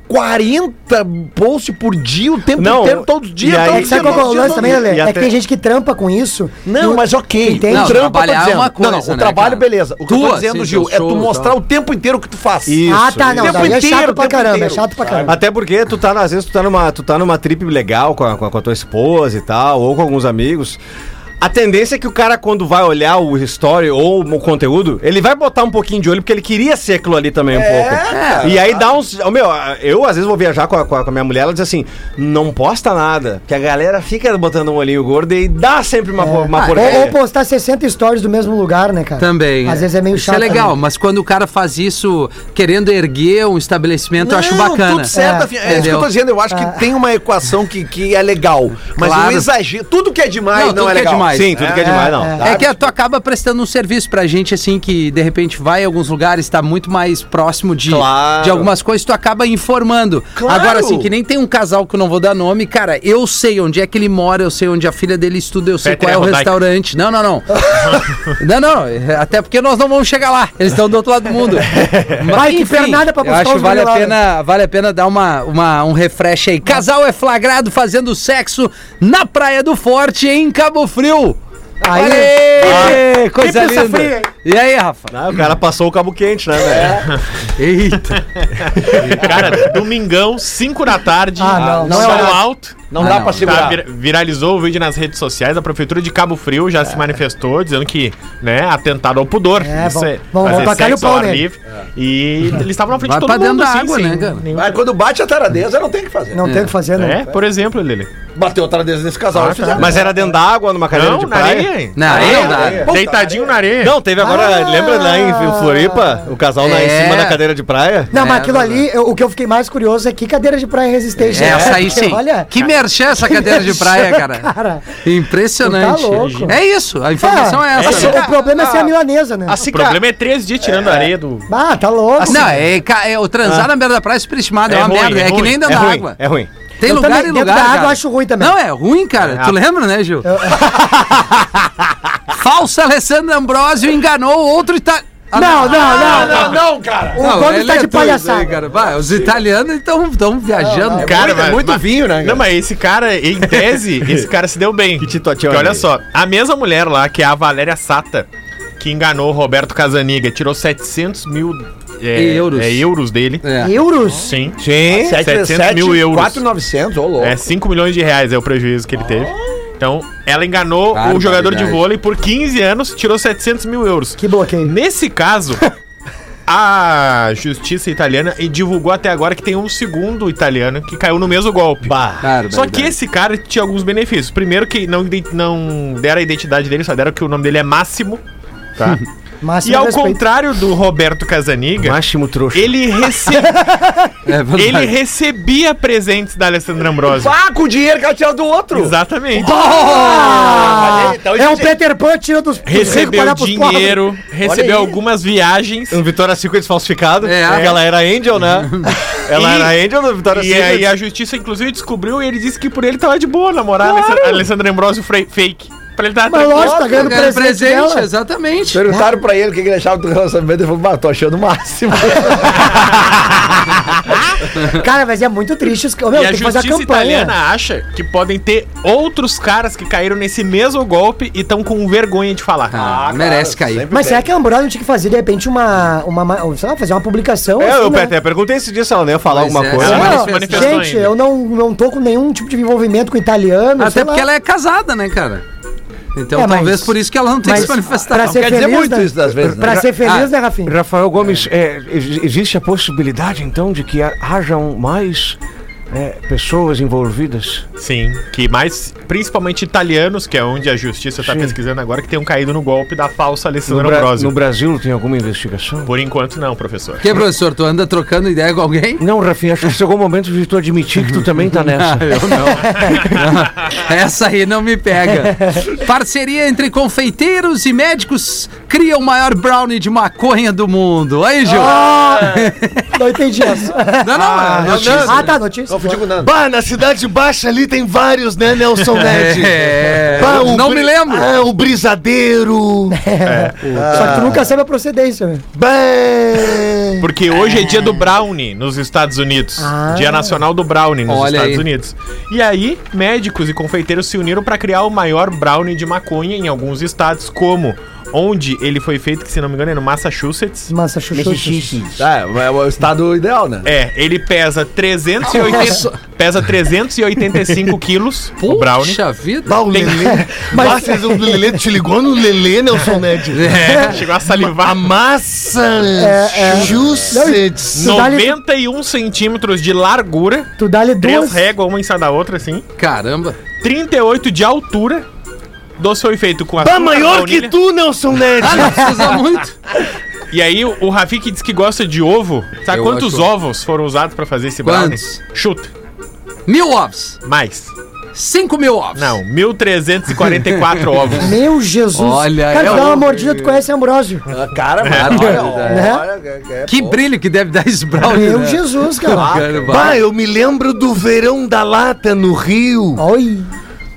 [SPEAKER 9] 40 posts por dia, o tempo
[SPEAKER 8] Não,
[SPEAKER 9] inteiro, todos os dias.
[SPEAKER 8] e aí-
[SPEAKER 9] todo
[SPEAKER 5] É que sabe
[SPEAKER 9] dia,
[SPEAKER 5] qual que é o
[SPEAKER 9] todo dia,
[SPEAKER 5] lance
[SPEAKER 9] todo
[SPEAKER 5] também,
[SPEAKER 9] dia.
[SPEAKER 5] Lelê?
[SPEAKER 8] e
[SPEAKER 5] É que
[SPEAKER 8] até-
[SPEAKER 5] tem gente que trampa com isso.
[SPEAKER 9] Não,
[SPEAKER 5] E-
[SPEAKER 9] mas ok.
[SPEAKER 5] Entende?
[SPEAKER 9] O
[SPEAKER 5] Não,
[SPEAKER 9] trampo, eu tô
[SPEAKER 4] trabalhar é
[SPEAKER 9] dizendo.
[SPEAKER 4] uma coisa,
[SPEAKER 9] Não, não, o
[SPEAKER 4] né,
[SPEAKER 9] trabalho,
[SPEAKER 4] cara?
[SPEAKER 9] beleza. O que eu tô
[SPEAKER 4] Tua,
[SPEAKER 9] dizendo,
[SPEAKER 4] sim,
[SPEAKER 9] Gil,
[SPEAKER 4] teu
[SPEAKER 9] é tu
[SPEAKER 4] show,
[SPEAKER 9] mostrar
[SPEAKER 4] então.
[SPEAKER 9] o tempo inteiro o que tu faz.
[SPEAKER 5] Ah, tá,
[SPEAKER 9] O
[SPEAKER 5] não.
[SPEAKER 9] tempo
[SPEAKER 5] daí é
[SPEAKER 9] inteiro,
[SPEAKER 5] chato
[SPEAKER 9] o
[SPEAKER 5] pra
[SPEAKER 9] tempo
[SPEAKER 5] caramba, é
[SPEAKER 9] inteiro.
[SPEAKER 5] chato pra caramba.
[SPEAKER 8] Até porque tu tá, às vezes, tu tá numa, tu tá numa trip legal com a, com a- com a tua esposa e tal, ou com alguns amigos. A tendência é que o cara, quando vai olhar o story ou o conteúdo, ele vai botar um pouquinho de olho, porque ele queria ser aquilo ali também um pouco. e aí dá uns. ó, Meu, eu às vezes vou viajar com a, com a- com a minha mulher, ela diz assim: não posta nada. Porque a galera fica botando um olhinho gordo e dá sempre uma, por- uma
[SPEAKER 4] Ah,
[SPEAKER 5] Ou,
[SPEAKER 8] porcaria.
[SPEAKER 5] ou postar 60 stories do mesmo lugar, né, cara?
[SPEAKER 4] Também.
[SPEAKER 5] Às
[SPEAKER 4] né?
[SPEAKER 5] vezes é meio
[SPEAKER 4] Isso
[SPEAKER 5] chato.
[SPEAKER 4] é legal,
[SPEAKER 5] né?
[SPEAKER 4] mas quando o cara faz isso querendo erguer um estabelecimento, eu acho
[SPEAKER 9] Não,
[SPEAKER 4] bacana.
[SPEAKER 9] Tudo certo,
[SPEAKER 5] É,
[SPEAKER 9] Rafinha. é, isso que eu tô
[SPEAKER 4] entendeu?
[SPEAKER 9] dizendo. Eu acho que tem uma equação que, que é legal. Mas
[SPEAKER 4] Claro.
[SPEAKER 9] o exagero. Tudo que é demais
[SPEAKER 4] Não,
[SPEAKER 9] não,
[SPEAKER 4] tudo
[SPEAKER 9] é
[SPEAKER 4] que é
[SPEAKER 9] legal.
[SPEAKER 4] demais.
[SPEAKER 8] Sim, tudo que é demais, não.
[SPEAKER 5] é.
[SPEAKER 8] É,
[SPEAKER 4] É que tu acaba prestando um serviço pra gente, assim, que de repente vai em alguns lugares, tá muito mais próximo de,
[SPEAKER 8] Claro.
[SPEAKER 4] de algumas coisas, tu acaba informando.
[SPEAKER 9] Claro.
[SPEAKER 4] Agora, assim, que nem tem um casal que eu não vou dar nome, cara, eu sei onde é que ele mora, eu sei onde a filha dele estuda, eu sei
[SPEAKER 6] Peter
[SPEAKER 4] qual é o
[SPEAKER 6] Rodaica.
[SPEAKER 4] restaurante. Não, não, não. <laughs> não, não, é, até porque nós não vamos chegar lá, eles estão do outro lado do
[SPEAKER 5] <laughs>
[SPEAKER 4] mundo. Mas,
[SPEAKER 5] Vai, que pernada pra
[SPEAKER 4] eu
[SPEAKER 5] buscar
[SPEAKER 4] acho
[SPEAKER 5] os
[SPEAKER 4] vale a
[SPEAKER 5] guri lá,
[SPEAKER 4] pena, vale a pena dar uma, uma- um refresh aí. Casal é flagrado fazendo sexo na Praia do Forte, em Cabo Frio.
[SPEAKER 5] Aí.
[SPEAKER 4] Olha Ê, ah, coisa
[SPEAKER 5] pensa
[SPEAKER 4] linda.
[SPEAKER 5] frio, hein?
[SPEAKER 4] E aí, Rafa?
[SPEAKER 8] Ah, o cara passou o cabo quente, né, velho?
[SPEAKER 4] Eita.
[SPEAKER 6] Cara, domingão, 5 da tarde,
[SPEAKER 5] Ah, não,
[SPEAKER 6] sol
[SPEAKER 5] não é hora.
[SPEAKER 6] alto.
[SPEAKER 9] Não,
[SPEAKER 4] Ah,
[SPEAKER 9] dá
[SPEAKER 4] não,
[SPEAKER 9] pra
[SPEAKER 4] tá,
[SPEAKER 9] segurar.
[SPEAKER 6] Tá, vir- viralizou o vídeo nas redes sociais. A prefeitura de Cabo Frio já se manifestou dizendo que, né, atentado ao pudor.
[SPEAKER 5] É, bom,
[SPEAKER 6] é
[SPEAKER 5] bom,
[SPEAKER 6] fazer
[SPEAKER 5] bom pra cá e o
[SPEAKER 6] sexo ao
[SPEAKER 5] pau
[SPEAKER 6] ar
[SPEAKER 5] nele.
[SPEAKER 6] livre. E eles estavam na frente
[SPEAKER 4] Vai
[SPEAKER 6] de todo
[SPEAKER 4] pra dentro
[SPEAKER 6] mundo,
[SPEAKER 4] da
[SPEAKER 6] assim,
[SPEAKER 4] água,
[SPEAKER 6] sem
[SPEAKER 4] né, cara?
[SPEAKER 6] nenhum-
[SPEAKER 9] Mas quando bate a taradeza, não tem o que fazer.
[SPEAKER 5] Não tem o que fazer, né? não.
[SPEAKER 6] É, por exemplo, Lili.
[SPEAKER 9] Bateu a taradeza nesse casal. eles fizeram.
[SPEAKER 8] Mas era dentro da água, numa cadeira
[SPEAKER 6] Não,
[SPEAKER 8] de
[SPEAKER 6] na
[SPEAKER 8] praia.
[SPEAKER 6] areia.
[SPEAKER 4] Não, aí não dá.
[SPEAKER 6] Puta, Deitadinho na areia.
[SPEAKER 8] <laughs> Não, teve agora,
[SPEAKER 10] Ah!
[SPEAKER 8] lembra lá em Floripa, o casal lá em
[SPEAKER 4] É.
[SPEAKER 8] cima da cadeira de praia?
[SPEAKER 5] Não,
[SPEAKER 4] É,
[SPEAKER 5] mas aquilo ali, eu- o que eu fiquei mais curioso é que cadeira de praia resistente.
[SPEAKER 4] <laughs> É, essa aí
[SPEAKER 5] Porque,
[SPEAKER 4] sim.
[SPEAKER 5] Olha,
[SPEAKER 4] Que merchan essa cadeira de praia,
[SPEAKER 5] <laughs>
[SPEAKER 4] cara.
[SPEAKER 5] cara.
[SPEAKER 4] Impressionante.
[SPEAKER 5] Tá louco.
[SPEAKER 4] É isso, a informação é,
[SPEAKER 5] a-
[SPEAKER 4] essa. né?
[SPEAKER 5] o problema é ser a milanesa, né?
[SPEAKER 9] Assim.
[SPEAKER 6] o problema é três dias tirando a areia do.
[SPEAKER 5] Ah, tá louco.
[SPEAKER 4] Não, é, ca- é o transar na beira da praia é superestimado, é,
[SPEAKER 6] É
[SPEAKER 4] uma
[SPEAKER 6] ruim,
[SPEAKER 4] merda, é,
[SPEAKER 6] é
[SPEAKER 4] que
[SPEAKER 6] ruim,
[SPEAKER 4] nem
[SPEAKER 8] É
[SPEAKER 4] dentro da
[SPEAKER 8] ruim,
[SPEAKER 4] água.
[SPEAKER 8] é ruim.
[SPEAKER 4] Tem
[SPEAKER 5] Eu
[SPEAKER 4] lugar
[SPEAKER 5] também,
[SPEAKER 4] e
[SPEAKER 5] dentro
[SPEAKER 4] lugar,
[SPEAKER 5] da água
[SPEAKER 4] cara.
[SPEAKER 5] eu acho ruim também.
[SPEAKER 4] Não, é ruim, cara. tu lembra, né, Gil? <laughs> Falso Alessandro Ambrosio enganou outro italiano.
[SPEAKER 5] Não, não, não, não.
[SPEAKER 9] Ah, não, cara.
[SPEAKER 5] O Gomes
[SPEAKER 4] ele
[SPEAKER 5] tá
[SPEAKER 4] é
[SPEAKER 5] de
[SPEAKER 4] tudo, né,
[SPEAKER 5] palhaçada.
[SPEAKER 4] cara? Vai, os italianos estão viajando.
[SPEAKER 6] Cara,
[SPEAKER 9] muito- é muito vinho, né, cara?
[SPEAKER 6] Não, mas esse cara, em tese, esse cara se deu bem.
[SPEAKER 8] Que
[SPEAKER 6] Porque
[SPEAKER 8] titotinho
[SPEAKER 6] olha
[SPEAKER 8] aí.
[SPEAKER 6] só, a mesma mulher lá, que é a Valéria Sata, que enganou o Roberto Casaniga, tirou 700 mil é,
[SPEAKER 4] E euros.
[SPEAKER 6] é, euros dele.
[SPEAKER 4] É.
[SPEAKER 5] Euros?
[SPEAKER 6] Sim.
[SPEAKER 8] Sim.
[SPEAKER 6] 700 mil euros.
[SPEAKER 9] 4,900, ô louco.
[SPEAKER 6] É 5 milhões de reais é o prejuízo que ele teve. Então, ela enganou o jogador de vôlei por 15 anos, tirou 700 mil euros.
[SPEAKER 5] Que bloqueio.
[SPEAKER 6] Nesse caso, a justiça italiana divulgou até agora que tem um segundo italiano que caiu no mesmo golpe.
[SPEAKER 4] Cara,
[SPEAKER 6] Só que esse cara tinha alguns benefícios. Primeiro que não, ide- não deram a identidade dele, só deram que o nome dele é Máximo. Tá?
[SPEAKER 5] Máximo
[SPEAKER 6] e ao
[SPEAKER 5] respeito.
[SPEAKER 6] contrário do Roberto Casaniga,
[SPEAKER 8] Máximo trouxa.
[SPEAKER 6] ele, rece-
[SPEAKER 4] É verdade.
[SPEAKER 6] ele recebia presentes da Alessandra Ambrosio.
[SPEAKER 9] Pá, com o dinheiro que ela tinha do outro.
[SPEAKER 6] Exatamente.
[SPEAKER 5] Ah,
[SPEAKER 9] Olha, então
[SPEAKER 5] é um
[SPEAKER 9] isso é-
[SPEAKER 5] Peter Pan tira dos dos ricos pra
[SPEAKER 6] Recebeu
[SPEAKER 5] dar pros pobres.
[SPEAKER 6] dinheiro, recebeu algumas viagens.
[SPEAKER 8] Um Vitória Secrets falsificado.
[SPEAKER 4] É.
[SPEAKER 8] porque Ela era Angel, né?
[SPEAKER 10] <laughs>
[SPEAKER 8] ela
[SPEAKER 6] E-
[SPEAKER 8] era Angel do Vitória
[SPEAKER 6] E
[SPEAKER 5] assim, né?
[SPEAKER 6] aí a justiça, inclusive, descobriu e ele disse que por ele tava de boa namorar a Alessandra Ambrosio fre- fake. Pra ele tava
[SPEAKER 5] Mas
[SPEAKER 6] tranquilo.
[SPEAKER 5] lógico, tá ganhando
[SPEAKER 4] Ganhando
[SPEAKER 5] presente, dela.
[SPEAKER 4] exatamente.
[SPEAKER 9] Perguntaram pra ele o que que ele achava do relacionamento. Ele falou, bah, tô achando o máximo.
[SPEAKER 5] Cara, mas é muito triste. Os... Ô, Meu,
[SPEAKER 6] e a
[SPEAKER 5] tem que fazer a
[SPEAKER 6] justiça
[SPEAKER 5] campanha.
[SPEAKER 6] italiana acha que podem ter outros caras que caíram nesse mesmo golpe e estão com vergonha de falar.
[SPEAKER 4] Ah, merece cair.
[SPEAKER 5] Mas será que a Ambrose não tinha que fazer, de repente, uma. uma sei lá, fazer uma publicação?
[SPEAKER 8] É, eu,
[SPEAKER 5] né?
[SPEAKER 8] Peter, perguntei esse dia se ela não ia falar
[SPEAKER 4] Pois
[SPEAKER 8] alguma
[SPEAKER 4] é.
[SPEAKER 8] coisa.
[SPEAKER 5] Sei
[SPEAKER 6] Ela
[SPEAKER 5] lá,
[SPEAKER 6] não se manifestou
[SPEAKER 5] gente,
[SPEAKER 6] ainda.
[SPEAKER 5] eu não, não tô com nenhum tipo de envolvimento com italiano. sei
[SPEAKER 4] Até porque
[SPEAKER 5] lá.
[SPEAKER 4] ela é casada, né, cara? Então
[SPEAKER 5] É, mas-
[SPEAKER 4] talvez por isso que ela não tem que
[SPEAKER 5] Mas
[SPEAKER 4] se manifestar.
[SPEAKER 5] pra
[SPEAKER 4] não.
[SPEAKER 5] ser
[SPEAKER 9] quer
[SPEAKER 5] feliz,
[SPEAKER 9] dizer muito
[SPEAKER 5] né?
[SPEAKER 9] isso das vezes, né?
[SPEAKER 5] Pra ser feliz,
[SPEAKER 4] Ah,
[SPEAKER 5] né, Rafinha?
[SPEAKER 8] <laughs>
[SPEAKER 10] Rafael Gomes, é, ex- existe a possibilidade então de que ha- hajam mais é, pessoas envolvidas?
[SPEAKER 6] Sim, que mais, principalmente italianos, que é onde a justiça está
[SPEAKER 10] Sim.
[SPEAKER 6] pesquisando agora, que tenham caído no golpe da falsa
[SPEAKER 10] No,
[SPEAKER 6] Alessandra
[SPEAKER 10] Bra-
[SPEAKER 6] Ambrosio.
[SPEAKER 10] no Brasil tem alguma investigação?
[SPEAKER 6] Por enquanto não, professor.
[SPEAKER 4] Que, professor, tu anda trocando ideia com alguém?
[SPEAKER 10] Não, Rafinha, acho que chegou o momento de tu admitir que tu também tá nessa.
[SPEAKER 4] Ah, Eu não. <laughs> Essa aí não me pega. Parceria entre confeiteiros e médicos cria o maior brownie de maconha do mundo. Aí, Gil.
[SPEAKER 5] Não entendi essa.
[SPEAKER 4] não, é não, não,
[SPEAKER 5] Ah, tá, notícia.
[SPEAKER 9] Confundi
[SPEAKER 4] Tipo,
[SPEAKER 9] com nada.
[SPEAKER 10] Bah, na Cidade Baixa ali tem vários, né, Nelson Ned?
[SPEAKER 4] É,
[SPEAKER 10] Bah, o
[SPEAKER 4] não
[SPEAKER 10] bri-
[SPEAKER 4] me lembro.
[SPEAKER 10] Ah, o brisadeiro.
[SPEAKER 5] Só que tu nunca sabe a procedência, né? velho.
[SPEAKER 10] Bah.
[SPEAKER 6] <laughs> Porque hoje é dia do Brownie nos Estados Unidos. Dia Nacional do Brownie nos
[SPEAKER 4] Ah. Olha
[SPEAKER 6] Estados
[SPEAKER 4] aí.
[SPEAKER 6] Unidos. E aí, médicos e confeiteiros se uniram para criar o maior brownie de maconha em alguns estados, como onde ele foi feito, que se não me engano é no Massachusetts.
[SPEAKER 5] Massa, chuchu.
[SPEAKER 9] Ah, é o estado ideal, né?
[SPEAKER 6] É, ele pesa 380, pesa 385 quilos,
[SPEAKER 4] <laughs>
[SPEAKER 6] o brownie.
[SPEAKER 4] Puxa vida.
[SPEAKER 10] Bah, o Lelê. Bah, vocês- o Lelê te ligou no Lelê, Nelson Ned?
[SPEAKER 6] É, chegou a salivar.
[SPEAKER 10] A massa
[SPEAKER 5] É, é.
[SPEAKER 10] Jusets.
[SPEAKER 5] Não, dá-lhe-
[SPEAKER 6] 91 centímetros de largura,
[SPEAKER 5] Tu dá-lhe
[SPEAKER 6] três
[SPEAKER 5] duas.
[SPEAKER 6] réguas, uma em cima da outra, assim.
[SPEAKER 4] Caramba.
[SPEAKER 6] 38 de altura. Doce foi feito com a
[SPEAKER 10] Bah, Ah, maior que tu, Nelson Ned.
[SPEAKER 4] Ah, não precisa muito.
[SPEAKER 6] E aí, o o Rafik diz que gosta de ovo. Sabe
[SPEAKER 4] Eu
[SPEAKER 6] quantos
[SPEAKER 4] acho-
[SPEAKER 6] ovos foram usados pra fazer esse
[SPEAKER 4] Quantos?
[SPEAKER 6] brownie? Chuta.
[SPEAKER 4] Mil ovos.
[SPEAKER 6] Mais.
[SPEAKER 4] Cinco mil ovos.
[SPEAKER 6] Não,
[SPEAKER 8] <laughs>
[SPEAKER 6] 1.344 ovos.
[SPEAKER 5] Meu Jesus.
[SPEAKER 4] Olha,
[SPEAKER 5] Cara,
[SPEAKER 4] é
[SPEAKER 5] tu dá uma
[SPEAKER 4] o-
[SPEAKER 5] mordida, tu conhece Ambrósio.
[SPEAKER 9] Ah, Cara,
[SPEAKER 4] Ah,
[SPEAKER 5] Né?
[SPEAKER 4] É, Que brilho que deve dar esse brownie,
[SPEAKER 5] Meu
[SPEAKER 4] né?
[SPEAKER 5] Jesus, cara.
[SPEAKER 4] Cara,
[SPEAKER 10] <laughs>
[SPEAKER 4] vai.
[SPEAKER 10] Bah, eu me lembro do verão da lata no Rio.
[SPEAKER 5] Oi.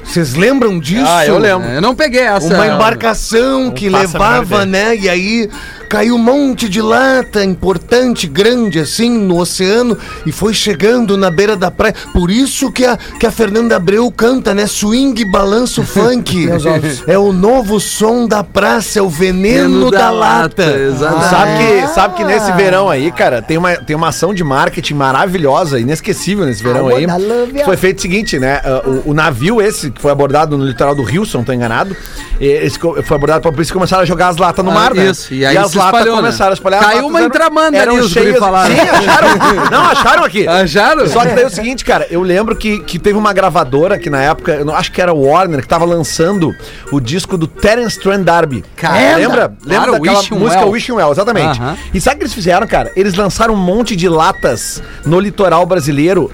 [SPEAKER 10] Vocês lembram disso?
[SPEAKER 9] Ah, eu lembro.
[SPEAKER 4] É, Eu não peguei essa.
[SPEAKER 10] Uma embarcação que
[SPEAKER 6] faço a menor
[SPEAKER 10] levava, né? E aí caiu um monte de lata importante, grande, assim, no oceano e foi chegando na beira da praia. Por isso que a, que a Fernanda Abreu canta, né? Swing, balanço, funk.
[SPEAKER 5] Meus ovos.
[SPEAKER 10] É o novo som da praça, é o veneno,
[SPEAKER 4] Veneno
[SPEAKER 10] da,
[SPEAKER 4] da
[SPEAKER 10] lata.
[SPEAKER 4] lata, exato.
[SPEAKER 10] Ah,
[SPEAKER 9] Sabe que, sabe que nesse verão aí, cara, tem uma, tem uma ação de marketing maravilhosa, inesquecível nesse verão
[SPEAKER 5] Ah,
[SPEAKER 9] aí.
[SPEAKER 5] what I love you.
[SPEAKER 9] Foi feito o seguinte, né? uh, O, o navio esse, que foi abordado no litoral do Rio, se não tô enganado, e- esse co- foi abordado pra por isso que começaram a jogar as latas no
[SPEAKER 4] Ah,
[SPEAKER 9] mar, né?
[SPEAKER 4] isso, e aí
[SPEAKER 9] as
[SPEAKER 4] se
[SPEAKER 9] latas
[SPEAKER 4] espalhou, né?
[SPEAKER 9] começaram a espalhar. as
[SPEAKER 4] Caiu
[SPEAKER 9] latas
[SPEAKER 4] uma
[SPEAKER 9] eram-
[SPEAKER 4] entramanda ali,
[SPEAKER 9] eram
[SPEAKER 4] os guri
[SPEAKER 9] cheias-
[SPEAKER 4] falaram.
[SPEAKER 9] Sim, acharam. não,
[SPEAKER 4] <laughs>
[SPEAKER 9] acharam aqui.
[SPEAKER 4] Acharam?
[SPEAKER 9] Só que daí é o seguinte, cara, eu lembro que, que teve uma gravadora que na época, eu não, acho que era Warner, que tava lançando o disco do Terence Trent D'Arby.
[SPEAKER 4] Cara,
[SPEAKER 9] lembra? Lembra
[SPEAKER 4] claro,
[SPEAKER 9] daquela
[SPEAKER 4] Wishing
[SPEAKER 9] música
[SPEAKER 4] Well.
[SPEAKER 9] Wishing Well, exatamente.
[SPEAKER 4] Aham.
[SPEAKER 9] E sabe o que eles fizeram, cara? Eles lançaram um monte de latas no litoral brasileiro.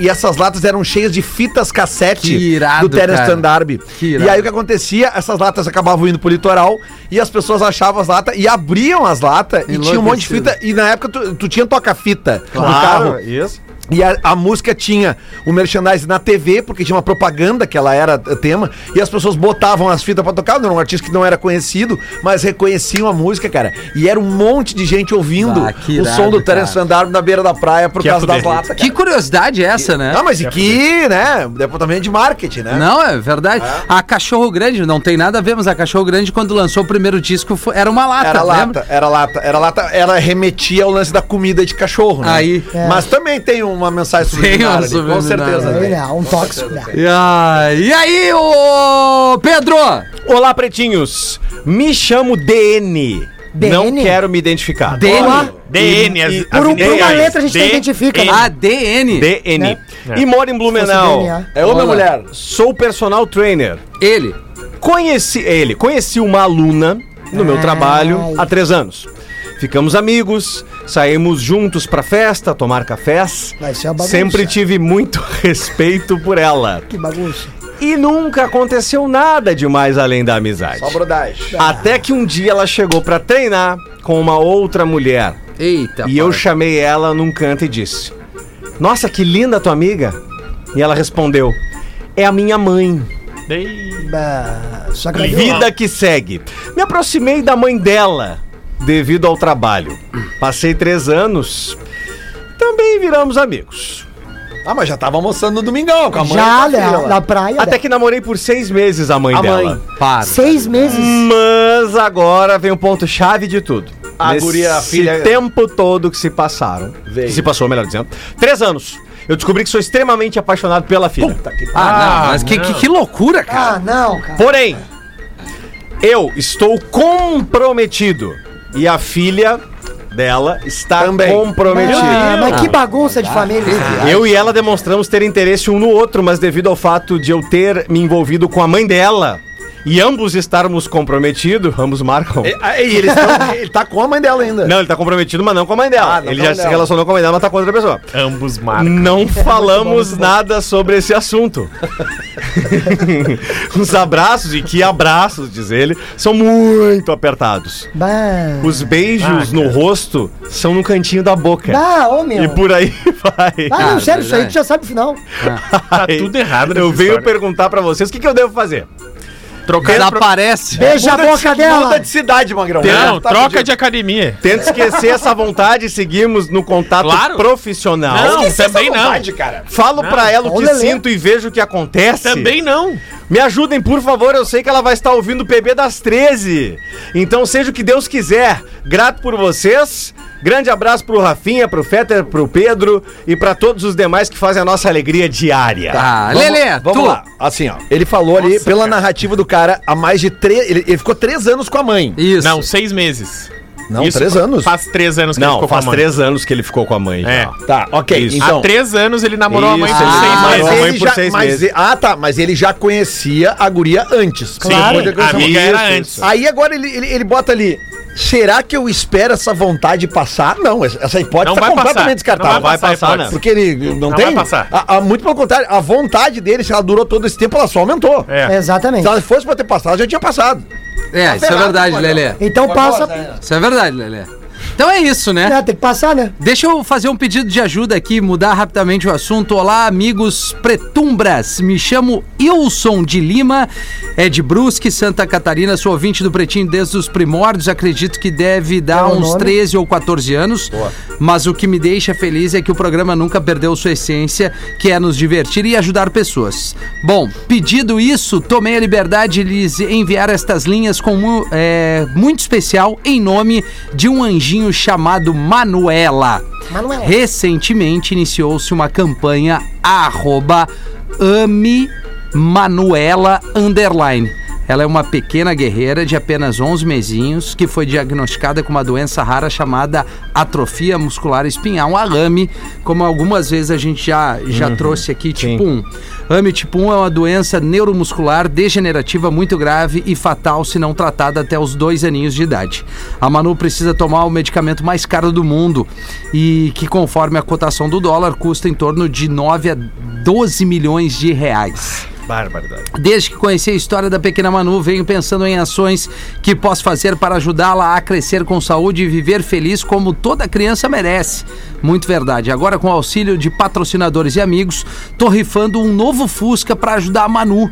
[SPEAKER 9] E essas latas eram cheias de fitas cassete
[SPEAKER 4] Que irado,
[SPEAKER 9] do Terence
[SPEAKER 4] cara.
[SPEAKER 9] Trent D'Arby.
[SPEAKER 4] Que irado.
[SPEAKER 9] E aí o que acontecia? Essas latas acabavam indo pro litoral e as pessoas achavam as latas e abriam as latas e tinha um monte
[SPEAKER 4] Enlouquecido.
[SPEAKER 9] de fita. E na época tu, tu tinha toca-fita no carro.
[SPEAKER 7] Claro, isso.
[SPEAKER 9] E a, a música tinha o merchandising na TV, porque tinha uma propaganda que ela era eh, tema, e as pessoas botavam as fitas pra tocar, era um artista que não era conhecido, mas reconheciam a música, cara. E era um monte de gente ouvindo
[SPEAKER 4] Ah, que
[SPEAKER 9] o
[SPEAKER 4] irado,
[SPEAKER 9] som do Terence
[SPEAKER 4] cara.
[SPEAKER 9] Van Darby na beira da praia por
[SPEAKER 6] Que
[SPEAKER 9] causa
[SPEAKER 6] é
[SPEAKER 9] das
[SPEAKER 6] fuder.
[SPEAKER 9] latas, cara.
[SPEAKER 4] Que curiosidade é essa, né?
[SPEAKER 9] Ah, mas e que, né? Departamento de marketing, né?
[SPEAKER 4] Não, é verdade. A Cachorro Grande, não tem nada a ver, mas a Cachorro Grande, quando lançou o primeiro disco, fo- era uma lata,
[SPEAKER 9] Era
[SPEAKER 4] lembra?
[SPEAKER 9] lata, era lata, era lata, ela remetia ao lance da comida de cachorro, né?
[SPEAKER 4] Aí.
[SPEAKER 9] É. Mas também tem uma mensagem
[SPEAKER 4] Tem uma
[SPEAKER 9] subliminar, ali, com
[SPEAKER 4] subliminar,
[SPEAKER 9] certeza.
[SPEAKER 4] né?
[SPEAKER 9] tem.
[SPEAKER 5] É, um tóxico. né?
[SPEAKER 4] E aí, e aí, ô Pedro?
[SPEAKER 8] Olá, pretinhos. Me chamo DN. Não
[SPEAKER 5] DN?
[SPEAKER 8] quero me identificar.
[SPEAKER 4] DN.
[SPEAKER 6] DN, as, as
[SPEAKER 5] Por um- por uma
[SPEAKER 6] iniciais.
[SPEAKER 5] letra a gente não identifica, né?
[SPEAKER 4] Ah, ADN.
[SPEAKER 8] DN.
[SPEAKER 6] Né?
[SPEAKER 8] E moro em Blumenau.
[SPEAKER 5] DNA.
[SPEAKER 9] É homem ou
[SPEAKER 4] Olá.
[SPEAKER 9] mulher?
[SPEAKER 8] Sou personal trainer.
[SPEAKER 4] Ele.
[SPEAKER 8] Conheci ele, conheci uma aluna no meu trabalho há três anos. Ficamos amigos, saímos juntos pra festa, tomar cafés.
[SPEAKER 5] Vai ser é uma bagunça.
[SPEAKER 8] Sempre tive muito <laughs> respeito por ela.
[SPEAKER 5] Que bagunça.
[SPEAKER 8] E nunca aconteceu nada demais além da amizade.
[SPEAKER 9] Só brodagem.
[SPEAKER 8] Até que um dia ela chegou pra treinar com uma outra mulher.
[SPEAKER 4] Eita.
[SPEAKER 8] E eu
[SPEAKER 4] pai.
[SPEAKER 8] chamei ela num canto e disse: Nossa, que linda tua amiga. E ela respondeu: É a minha mãe.
[SPEAKER 6] Dei-
[SPEAKER 5] Bah, só que
[SPEAKER 8] Vida que segue. Me aproximei da mãe dela devido ao trabalho. Passei três anos Também viramos amigos.
[SPEAKER 9] Ah, mas já tava almoçando no domingão com a mãe.
[SPEAKER 5] Já,
[SPEAKER 9] e com a filha
[SPEAKER 5] né?
[SPEAKER 9] lá.
[SPEAKER 5] Da praia.
[SPEAKER 8] Até
[SPEAKER 5] né?
[SPEAKER 8] que namorei por seis meses a mãe
[SPEAKER 9] A
[SPEAKER 8] dela.
[SPEAKER 9] mãe.
[SPEAKER 8] Para.
[SPEAKER 5] Seis meses.
[SPEAKER 8] Hum. Mas agora vem o ponto-chave de tudo.
[SPEAKER 9] A guria, a filha-
[SPEAKER 8] tempo todo que se passaram.
[SPEAKER 9] Veio.
[SPEAKER 8] Que se passou, melhor dizendo. Três anos. Eu descobri que sou extremamente apaixonado pela filha.
[SPEAKER 4] Ah, não, mas que, que, que loucura, cara.
[SPEAKER 5] Ah, não, cara.
[SPEAKER 8] Porém, eu estou comprometido. E a filha dela está
[SPEAKER 9] Também.
[SPEAKER 8] comprometida. Ah.
[SPEAKER 5] Ah, mas que bagunça
[SPEAKER 4] tá
[SPEAKER 5] de família.
[SPEAKER 8] Eu e ela demonstramos ter interesse um no outro, mas devido ao fato de eu ter me envolvido com a mãe dela e ambos estarmos comprometidos, ambos marcam.
[SPEAKER 9] E, ah, e eles tão- ele tá com a mãe dela ainda.
[SPEAKER 8] Não, ele tá comprometido, mas não com a mãe dela.
[SPEAKER 9] Ah, não
[SPEAKER 8] ele
[SPEAKER 9] com a
[SPEAKER 8] já
[SPEAKER 9] mãe
[SPEAKER 8] se
[SPEAKER 9] dela.
[SPEAKER 8] relacionou com a mãe dela, mas tá com outra pessoa.
[SPEAKER 6] Ambos marcam.
[SPEAKER 8] Não falamos nada sobre esse assunto. Os abraços, e que abraços, diz ele, são muito apertados.
[SPEAKER 5] Bah.
[SPEAKER 8] Os beijos no rosto são no cantinho da boca.
[SPEAKER 5] Bah, ô meu.
[SPEAKER 8] E por aí <laughs> vai.
[SPEAKER 5] Ah,
[SPEAKER 4] Ah,
[SPEAKER 5] não, sério, isso aí
[SPEAKER 4] verdade.
[SPEAKER 5] tu já sabe o final.
[SPEAKER 6] Tá tudo errado nessa
[SPEAKER 8] Eu venho
[SPEAKER 6] história.
[SPEAKER 8] perguntar pra vocês o que, que eu devo fazer.
[SPEAKER 6] Trocar
[SPEAKER 4] Ela aparece.
[SPEAKER 5] Beija a boca dela.
[SPEAKER 9] Muda tá de cidade, Magrão.
[SPEAKER 6] Não,
[SPEAKER 9] Já tá
[SPEAKER 6] troca
[SPEAKER 9] fudido.
[SPEAKER 6] de academia.
[SPEAKER 8] Tento esquecer essa vontade e seguimos no contato
[SPEAKER 6] Claro.
[SPEAKER 8] profissional.
[SPEAKER 6] Não,
[SPEAKER 9] Esquece
[SPEAKER 6] também
[SPEAKER 9] essa
[SPEAKER 6] não.
[SPEAKER 9] vontade, cara.
[SPEAKER 8] Falo pra ela o que
[SPEAKER 5] Ô, Lelê.
[SPEAKER 8] sinto e vejo o que acontece.
[SPEAKER 6] Também não.
[SPEAKER 8] Me ajudem, por favor. Eu sei que ela vai estar ouvindo o PB das 13. Então, seja o que Deus quiser. Grato por vocês. Grande abraço pro Rafinha, pro Fetter, pro Pedro e pra todos os demais que fazem a nossa alegria diária.
[SPEAKER 4] Tá,
[SPEAKER 9] Vamos-
[SPEAKER 4] Lelê,
[SPEAKER 9] vamos
[SPEAKER 4] tu.
[SPEAKER 9] lá. Assim, ó. Ele falou ali, pela narrativa do cara, há mais de três. Ele, ele ficou três anos com a mãe.
[SPEAKER 4] Isso. É,
[SPEAKER 6] Não, seis meses.
[SPEAKER 9] Não, três
[SPEAKER 6] fa-
[SPEAKER 9] anos.
[SPEAKER 6] Faz três anos que ele
[SPEAKER 8] Não,
[SPEAKER 6] ficou com a
[SPEAKER 8] faz
[SPEAKER 6] mãe.
[SPEAKER 8] três anos que ele ficou com a mãe.
[SPEAKER 6] É.
[SPEAKER 8] já.
[SPEAKER 9] Tá, ok.
[SPEAKER 8] Isso.
[SPEAKER 9] Então,
[SPEAKER 6] Há três anos ele namorou a mãe
[SPEAKER 8] Isso,
[SPEAKER 6] por
[SPEAKER 8] ele
[SPEAKER 6] seis
[SPEAKER 9] Ah,
[SPEAKER 8] namorou
[SPEAKER 9] mas
[SPEAKER 8] a
[SPEAKER 6] meses.
[SPEAKER 8] mãe
[SPEAKER 9] ele
[SPEAKER 8] por
[SPEAKER 9] já,
[SPEAKER 8] seis
[SPEAKER 9] mas
[SPEAKER 8] meses.
[SPEAKER 9] e- ah, tá. Mas ele já conhecia a guria antes.
[SPEAKER 5] Claro.
[SPEAKER 9] Depois da
[SPEAKER 6] a
[SPEAKER 9] conhecer
[SPEAKER 6] amiga era
[SPEAKER 9] Isso,
[SPEAKER 6] antes.
[SPEAKER 9] isso. Aí agora ele, ele, ele bota ali. Será que eu espero essa vontade passar? Não, essa essa hipótese
[SPEAKER 6] Não
[SPEAKER 9] está
[SPEAKER 6] vai passar.
[SPEAKER 9] completamente descartável.
[SPEAKER 6] Não vai passar,
[SPEAKER 9] Vai
[SPEAKER 6] né?
[SPEAKER 9] Porque ele não,
[SPEAKER 6] Não
[SPEAKER 9] tem.
[SPEAKER 6] vai passar.
[SPEAKER 9] A- a- muito pelo contrário, a vontade dele, se ela durou todo esse tempo, ela só aumentou.
[SPEAKER 6] É.
[SPEAKER 9] Se
[SPEAKER 5] Exatamente.
[SPEAKER 9] ela fosse pra ter passado, já tinha passado.
[SPEAKER 4] É, isso é verdade, Lelê.
[SPEAKER 5] Então passa.
[SPEAKER 4] Isso é verdade, Lelê. Então é isso, né?
[SPEAKER 5] É, tem que passar, né?
[SPEAKER 4] Deixa eu fazer um pedido de ajuda aqui, mudar rapidamente o assunto. Olá, amigos pretumbras. Me chamo Ilson de Lima, é de Brusque, Santa Catarina. Sou ouvinte do Pretinho desde os primórdios. Acredito que deve dar
[SPEAKER 5] Qual é o
[SPEAKER 4] uns
[SPEAKER 5] nome?
[SPEAKER 4] 13 ou 14 anos. Mas o que me deixa feliz é que o programa nunca perdeu sua essência, que é nos divertir e ajudar pessoas. Bom, pedido isso, tomei a liberdade de lhes enviar estas linhas com mu- é, muito especial em nome de um anjinho chamado Manuela.
[SPEAKER 5] Manuela.
[SPEAKER 4] Recentemente iniciou-se uma campanha arroba ame Manuela underline. Ela é uma pequena guerreira de apenas 11 mesinhos que foi diagnosticada com uma doença rara chamada atrofia muscular espinhal, a AME, como algumas vezes a gente já, já trouxe aqui, tipo 1. AME tipo 1 é uma doença neuromuscular degenerativa muito grave e fatal se não tratada até os dois aninhos de idade. A Manu precisa tomar o medicamento mais caro do mundo e que, conforme a cotação do dólar, custa em torno de 9 a 12 milhões de reais.
[SPEAKER 8] Barbaridade.
[SPEAKER 4] Desde que conheci a história da pequena Manu, venho pensando em ações que posso fazer para ajudá-la a crescer com saúde e viver feliz como toda criança merece. Muito verdade. Agora, com o auxílio de patrocinadores e amigos, tô rifando um novo Fusca para ajudar a Manu.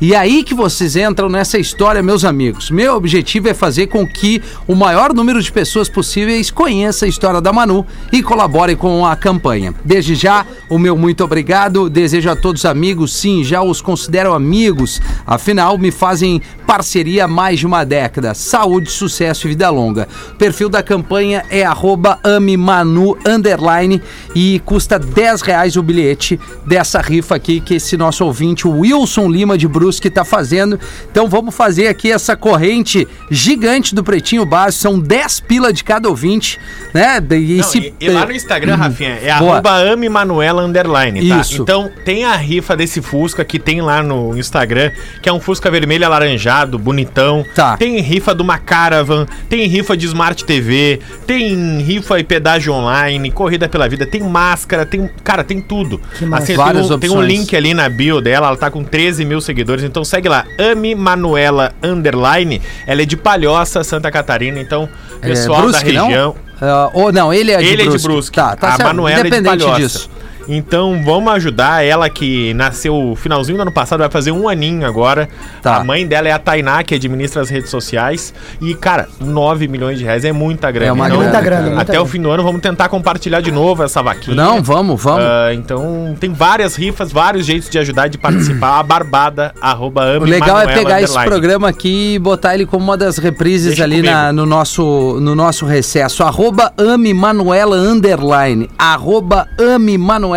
[SPEAKER 4] E é aí que vocês entram nessa história, meus amigos. Meu objetivo é fazer com que o maior número de pessoas possíveis conheça a história da Manu e colabore com a campanha. Desde já, o meu muito obrigado. Desejo a todos amigos, sim, já os considero amigos. Afinal, me fazem parceria há mais de uma década. Saúde, sucesso e vida longa. O perfil da campanha é arroba amemanu, underline, e custa 10 reais o bilhete dessa rifa aqui que esse nosso ouvinte, o Wilson Lima de Brusque, está fazendo. Então vamos fazer aqui essa corrente gigante do Pretinho Básico. São 10 pila de cada ouvinte, né? De- E,
[SPEAKER 6] Não,
[SPEAKER 4] se- Uhum.
[SPEAKER 6] e, e
[SPEAKER 4] <laughs>
[SPEAKER 6] lá no Instagram, Rafinha, é
[SPEAKER 4] Boa.
[SPEAKER 6] arroba amemanuela underline, tá?
[SPEAKER 4] Isso.
[SPEAKER 6] Então tem a rifa desse Fusca que tem lá no Instagram, que é um Fusca vermelho alaranjado, bonitão.
[SPEAKER 4] Tá.
[SPEAKER 6] Tem rifa de uma Caravan, tem rifa de Smart TV, tem rifa e pedágio online, corrida pela vida, tem máscara, tem. Cara, tem tudo. Assim, tem,
[SPEAKER 4] Várias
[SPEAKER 6] um, tem um
[SPEAKER 4] opções.
[SPEAKER 6] link ali na bio dela, ela tá com 13 mil seguidores, então segue lá, Ami Manuela Underline. Ela é de Palhoça, Santa Catarina, então,
[SPEAKER 4] É,
[SPEAKER 6] pessoal da
[SPEAKER 4] Brusque, não?
[SPEAKER 6] região.
[SPEAKER 4] Ah, ou não, ele é de
[SPEAKER 6] Ele é de
[SPEAKER 4] Brusque.
[SPEAKER 6] Brusque.
[SPEAKER 4] Tá, tá
[SPEAKER 6] a
[SPEAKER 4] certo.
[SPEAKER 6] Manuela é de
[SPEAKER 4] Independente
[SPEAKER 6] Palhoça.
[SPEAKER 4] disso.
[SPEAKER 6] Então vamos ajudar ela que nasceu finalzinho do ano passado, vai fazer um aninho agora.
[SPEAKER 4] Tá.
[SPEAKER 6] A mãe dela é a Tainá, que administra as redes sociais. E, cara, 9 milhões de reais é muita grana.
[SPEAKER 4] É uma
[SPEAKER 6] Então,
[SPEAKER 4] grana,
[SPEAKER 5] cara. muita
[SPEAKER 6] Até o
[SPEAKER 5] grana.
[SPEAKER 6] fim do ano vamos tentar compartilhar de novo essa vaquinha.
[SPEAKER 4] Não, vamos, vamos.
[SPEAKER 6] Ah, então tem várias rifas, vários jeitos de ajudar, de participar. a barbada, arroba
[SPEAKER 4] O
[SPEAKER 6] ame,
[SPEAKER 4] legal é
[SPEAKER 6] Manuela,
[SPEAKER 4] pegar esse
[SPEAKER 6] underline.
[SPEAKER 4] programa aqui e botar ele como uma das reprises
[SPEAKER 6] Deixa
[SPEAKER 4] ali na-
[SPEAKER 6] comigo.
[SPEAKER 4] no, nosso, no nosso recesso. Arroba ame Manuela Underline. Arroba ame Manuela Underline.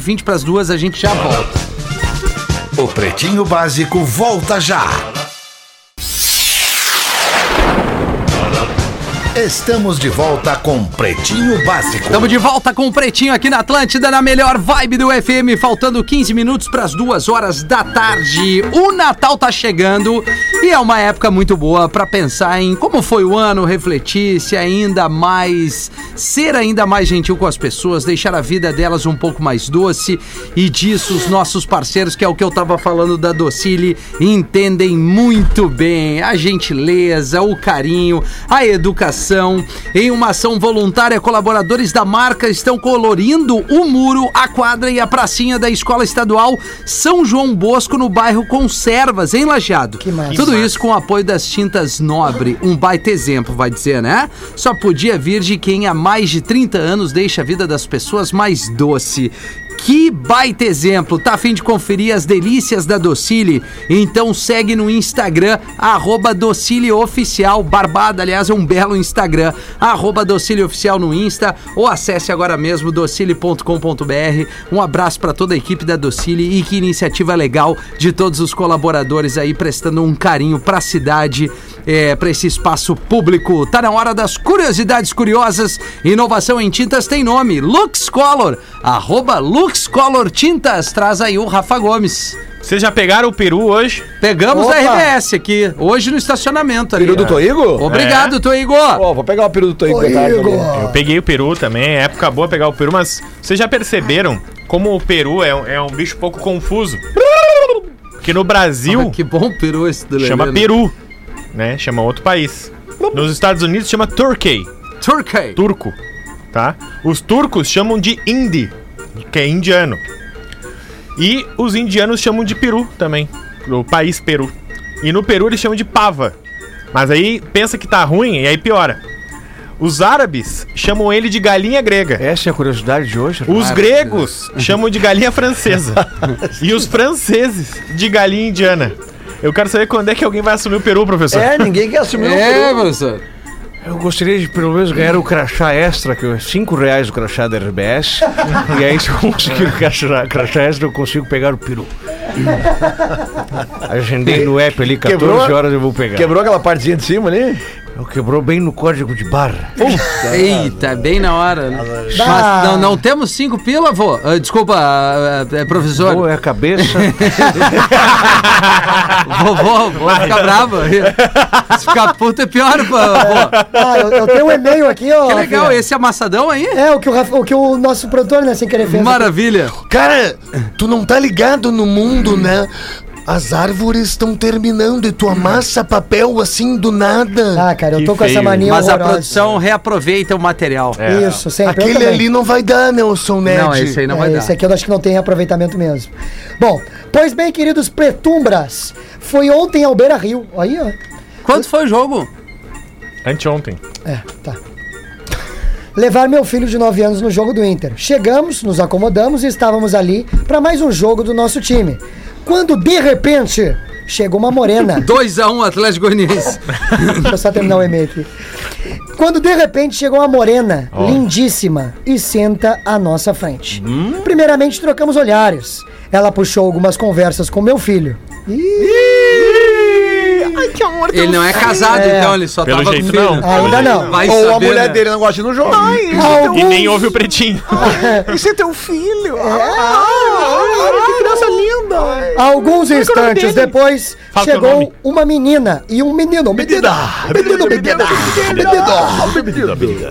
[SPEAKER 4] 20 pras duas, a gente já volta.
[SPEAKER 2] O Pretinho Básico volta já. Estamos de volta com Pretinho Básico.
[SPEAKER 4] Estamos de volta com o Pretinho aqui na Atlântida, na melhor vibe do FM, faltando 15 minutos para as duas horas da tarde. O Natal tá chegando e é uma época muito boa para pensar em como foi o ano, refletir, se é ainda mais ser ainda mais gentil com as pessoas, deixar a vida delas um pouco mais doce e disso os nossos parceiros, que é o que eu tava falando da Docile, entendem muito bem a gentileza, o carinho, a educação. Em uma ação voluntária, colaboradores da marca estão colorindo o muro, a quadra e a pracinha da Escola Estadual São João Bosco, no bairro Conservas, em Lajeado.
[SPEAKER 5] Que massa.
[SPEAKER 4] Tudo isso com o apoio das tintas Nobre, um baita exemplo, vai dizer, né? Só podia vir de quem há mais de 30 anos deixa a vida das pessoas mais doce. Que baita exemplo! Tá a fim de conferir as delícias da Docile? Então segue no Instagram, arroba Docile Oficial, Barbada, aliás, é um belo Instagram, arroba Docile Oficial no Insta, ou acesse agora mesmo docile.com.br. Um abraço pra toda a equipe da Docile e que iniciativa legal de todos os colaboradores aí prestando um carinho pra cidade, é, pra esse espaço público. Tá na hora das curiosidades curiosas. Inovação em tintas tem nome, Lux Color, arroba Lux Color Tintas. Traz aí o Rafa Gomes.
[SPEAKER 6] Vocês já pegaram o peru hoje?
[SPEAKER 4] Pegamos
[SPEAKER 9] Opa!
[SPEAKER 4] da RBS aqui, hoje no estacionamento ali.
[SPEAKER 9] Peru do
[SPEAKER 4] É.
[SPEAKER 9] Toigo?
[SPEAKER 4] Obrigado, é.
[SPEAKER 9] Ó, vou pegar o peru do Toigo. de tarde ali.
[SPEAKER 6] Eu peguei o peru também, é época boa pegar o peru, mas vocês já perceberam como o peru é, um- é um bicho pouco confuso? Porque no Brasil
[SPEAKER 4] Ah, Que bom peru esse do Lelê,
[SPEAKER 6] chama
[SPEAKER 4] né?
[SPEAKER 6] peru, né? Chama outro país. Nos Estados Unidos chama turkey,
[SPEAKER 4] Turkey.
[SPEAKER 6] turco, tá? Os turcos chamam de hindi, que é indiano. E os indianos chamam de peru também, o país peru. E no Peru eles chamam de pava. Mas aí pensa que tá ruim e aí piora. Os árabes chamam ele de galinha grega.
[SPEAKER 8] Essa é a curiosidade de hoje.
[SPEAKER 6] Os gregos chamam de galinha francesa. e os franceses de galinha indiana. Eu quero saber quando é que alguém vai assumir o Peru, professor.
[SPEAKER 9] É, ninguém quer assumir o
[SPEAKER 4] É, professor.
[SPEAKER 8] Eu gostaria de pelo menos ganhar o crachá extra, que é 5 reais o crachá da RBS. e aí, se eu conseguir o crachá, crachá extra, eu consigo pegar o peru. Agendei no app ali, 14
[SPEAKER 9] Quebrou?
[SPEAKER 8] horas eu vou pegar.
[SPEAKER 9] Quebrou aquela partezinha de cima ali?
[SPEAKER 8] Eu quebrou bem no código de barra.
[SPEAKER 4] Eita, bem na hora. né? Mas não, não temos cinco pila, vô? Ah, desculpa, ah, ah, professor.
[SPEAKER 8] Ou é a cabeça.
[SPEAKER 4] Vovô, vou ficar brava. Se ficar puto é pior, pô, vovô.
[SPEAKER 5] Ah, eu, eu tenho um e-mail aqui, ó.
[SPEAKER 4] Que legal,
[SPEAKER 5] Rafinha.
[SPEAKER 4] esse amassadão aí?
[SPEAKER 5] É, o que o, Rafa- o que o nosso produtor, né, sem querer fez.
[SPEAKER 4] Maravilha.
[SPEAKER 10] <laughs> Cara, tu não tá ligado no mundo, né? As árvores estão terminando e tu amassa papel assim do nada.
[SPEAKER 5] Ah, cara, eu tô
[SPEAKER 6] Que
[SPEAKER 5] com essa
[SPEAKER 6] feio.
[SPEAKER 5] mania
[SPEAKER 4] Mas a
[SPEAKER 5] horrorosa.
[SPEAKER 4] produção é reaproveita o material.
[SPEAKER 6] É.
[SPEAKER 5] Isso, sempre. eu
[SPEAKER 10] Aquele
[SPEAKER 5] também.
[SPEAKER 10] ali não vai dar, Nelson Ned.
[SPEAKER 4] Não, esse aí não
[SPEAKER 5] É,
[SPEAKER 4] vai dar.
[SPEAKER 5] Esse aqui eu acho que não tem reaproveitamento mesmo. Bom, pois bem, queridos pretumbras, foi ontem ao Beira Rio. Aí, ó.
[SPEAKER 4] Quanto foi o jogo?
[SPEAKER 6] Anteontem.
[SPEAKER 5] É, tá. Levar meu filho de 9 anos no jogo do Inter. Chegamos, nos acomodamos e estávamos ali para mais um jogo do nosso time. Quando de repente chegou uma morena.
[SPEAKER 4] 2x1 Atlético Goianiense.
[SPEAKER 5] Deixa eu só terminar o e-mail aqui. Quando de repente chegou uma morena, lindíssima, e senta à nossa frente. Primeiramente trocamos olhares. Ela puxou algumas conversas com meu filho.
[SPEAKER 4] Ele não é casado,
[SPEAKER 5] É.
[SPEAKER 4] então ele só
[SPEAKER 6] Pelo
[SPEAKER 4] tava
[SPEAKER 6] jeito,
[SPEAKER 4] com filho.
[SPEAKER 6] não.
[SPEAKER 5] Ainda não.
[SPEAKER 4] Vai
[SPEAKER 9] Ou a
[SPEAKER 4] saber,
[SPEAKER 9] mulher
[SPEAKER 4] né?
[SPEAKER 9] dele não gosta de ir no jogo.
[SPEAKER 6] E
[SPEAKER 5] Alguns- <laughs>
[SPEAKER 6] nem ouve o pretinho.
[SPEAKER 9] Esse é teu filho. olha que criança linda.
[SPEAKER 5] Alguns instantes depois,
[SPEAKER 6] Fala teu nome.
[SPEAKER 5] chegou uma menina e um menino. Menina! Menino, menina!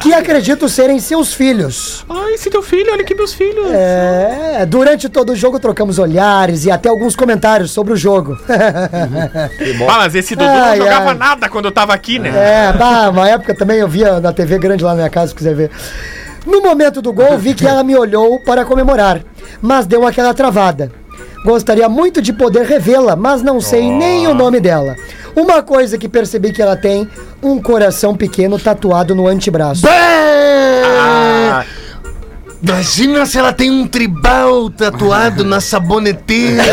[SPEAKER 5] Que acredito serem seus filhos.
[SPEAKER 6] Tá. Ai, esse teu filho, olha aqui meus filhos.
[SPEAKER 5] É, durante todo o jogo trocamos olhares e até alguns comentários sobre o jogo. <laughs>
[SPEAKER 6] Ah, mas esse Dudu
[SPEAKER 5] Ai,
[SPEAKER 6] não jogava
[SPEAKER 5] ai.
[SPEAKER 6] nada quando eu tava aqui, né?
[SPEAKER 5] É, tá, uma época também eu via na TV grande lá na minha casa, se quiser ver. No momento do gol, vi que ela me olhou para comemorar, mas deu aquela travada. Gostaria muito de poder revê-la, mas não sei nem o nome dela. Uma coisa que percebi que ela tem, um coração pequeno tatuado no antebraço.
[SPEAKER 10] Bah! Ah, Imagina se ela tem um tribal tatuado na saboneteira.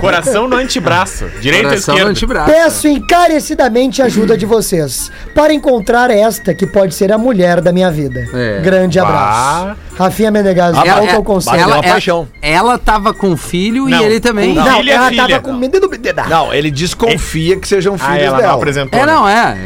[SPEAKER 6] Coração no antebraço. Direito ou
[SPEAKER 4] Coração no
[SPEAKER 6] esquerdo?
[SPEAKER 4] antebraço.
[SPEAKER 5] Peço encarecidamente a ajuda de vocês para encontrar esta que pode ser a mulher da minha vida.
[SPEAKER 4] É.
[SPEAKER 5] Grande abraço. Rafinha Menegas,
[SPEAKER 4] Ela, é
[SPEAKER 5] volta ao conselho.
[SPEAKER 4] ela,
[SPEAKER 9] uma
[SPEAKER 4] ela-
[SPEAKER 9] paixão.
[SPEAKER 4] ela tava com filho
[SPEAKER 6] é Não,
[SPEAKER 4] e ele também.
[SPEAKER 5] não,
[SPEAKER 6] Não, filha é
[SPEAKER 5] ela
[SPEAKER 6] filha.
[SPEAKER 5] tava com medo do bebê né? da-
[SPEAKER 9] Não, ele desconfia que sejam filhos
[SPEAKER 6] Ah, ela não
[SPEAKER 9] dela.
[SPEAKER 6] apresentou.
[SPEAKER 4] É,
[SPEAKER 6] né?
[SPEAKER 4] não, é.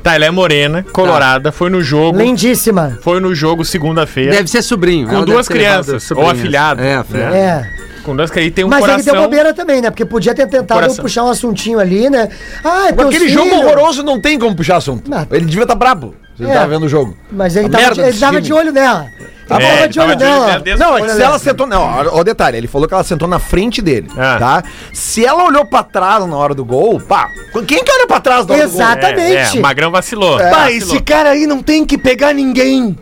[SPEAKER 6] Tá, ela é morena, colorada, foi no jogo.
[SPEAKER 5] Lindíssima.
[SPEAKER 6] Foi no jogo segunda-feira.
[SPEAKER 4] Deve ser sobrinho.
[SPEAKER 6] Com
[SPEAKER 4] ela
[SPEAKER 6] duas
[SPEAKER 4] deve ter levado
[SPEAKER 6] crianças, ou
[SPEAKER 4] sobrinhas.
[SPEAKER 6] afilhado,
[SPEAKER 4] É,
[SPEAKER 6] né?
[SPEAKER 4] afilhado.
[SPEAKER 5] É.
[SPEAKER 6] Com duas que aí tem um
[SPEAKER 5] Mas ele
[SPEAKER 6] coração.
[SPEAKER 5] deu bobeira também, né? Porque podia ter tentado
[SPEAKER 6] Coração.
[SPEAKER 5] puxar um assuntinho ali, né? Ah, é
[SPEAKER 9] Mas
[SPEAKER 5] teus
[SPEAKER 9] aquele jogo
[SPEAKER 5] filhos.
[SPEAKER 9] horroroso não tem como puxar assunto.
[SPEAKER 5] Não.
[SPEAKER 9] Ele devia estar brabo. Se ele
[SPEAKER 5] É.
[SPEAKER 9] tava vendo o jogo.
[SPEAKER 5] Mas ele
[SPEAKER 9] A
[SPEAKER 5] tava,
[SPEAKER 9] merda
[SPEAKER 5] de, ele
[SPEAKER 9] desse
[SPEAKER 5] tava
[SPEAKER 9] time.
[SPEAKER 5] de olho nela. Ele
[SPEAKER 6] É,
[SPEAKER 5] tava
[SPEAKER 6] ele
[SPEAKER 5] de olho
[SPEAKER 6] tava de olho
[SPEAKER 5] nela.
[SPEAKER 6] nela desde-
[SPEAKER 9] Não, é que
[SPEAKER 5] Olha
[SPEAKER 9] se ela
[SPEAKER 5] lá.
[SPEAKER 9] sentou. Não, ó, ó, o detalhe, ele falou que ela sentou na frente dele,
[SPEAKER 6] É.
[SPEAKER 9] tá? Se ela olhou pra trás na hora do gol, pá, quem que olha pra trás na hora
[SPEAKER 5] Exato.
[SPEAKER 6] É,
[SPEAKER 5] Exatamente.
[SPEAKER 6] é, o Magrão vacilou.
[SPEAKER 9] Ah,
[SPEAKER 10] Pá,
[SPEAKER 6] vacilou.
[SPEAKER 10] esse cara aí não tem que pegar ninguém.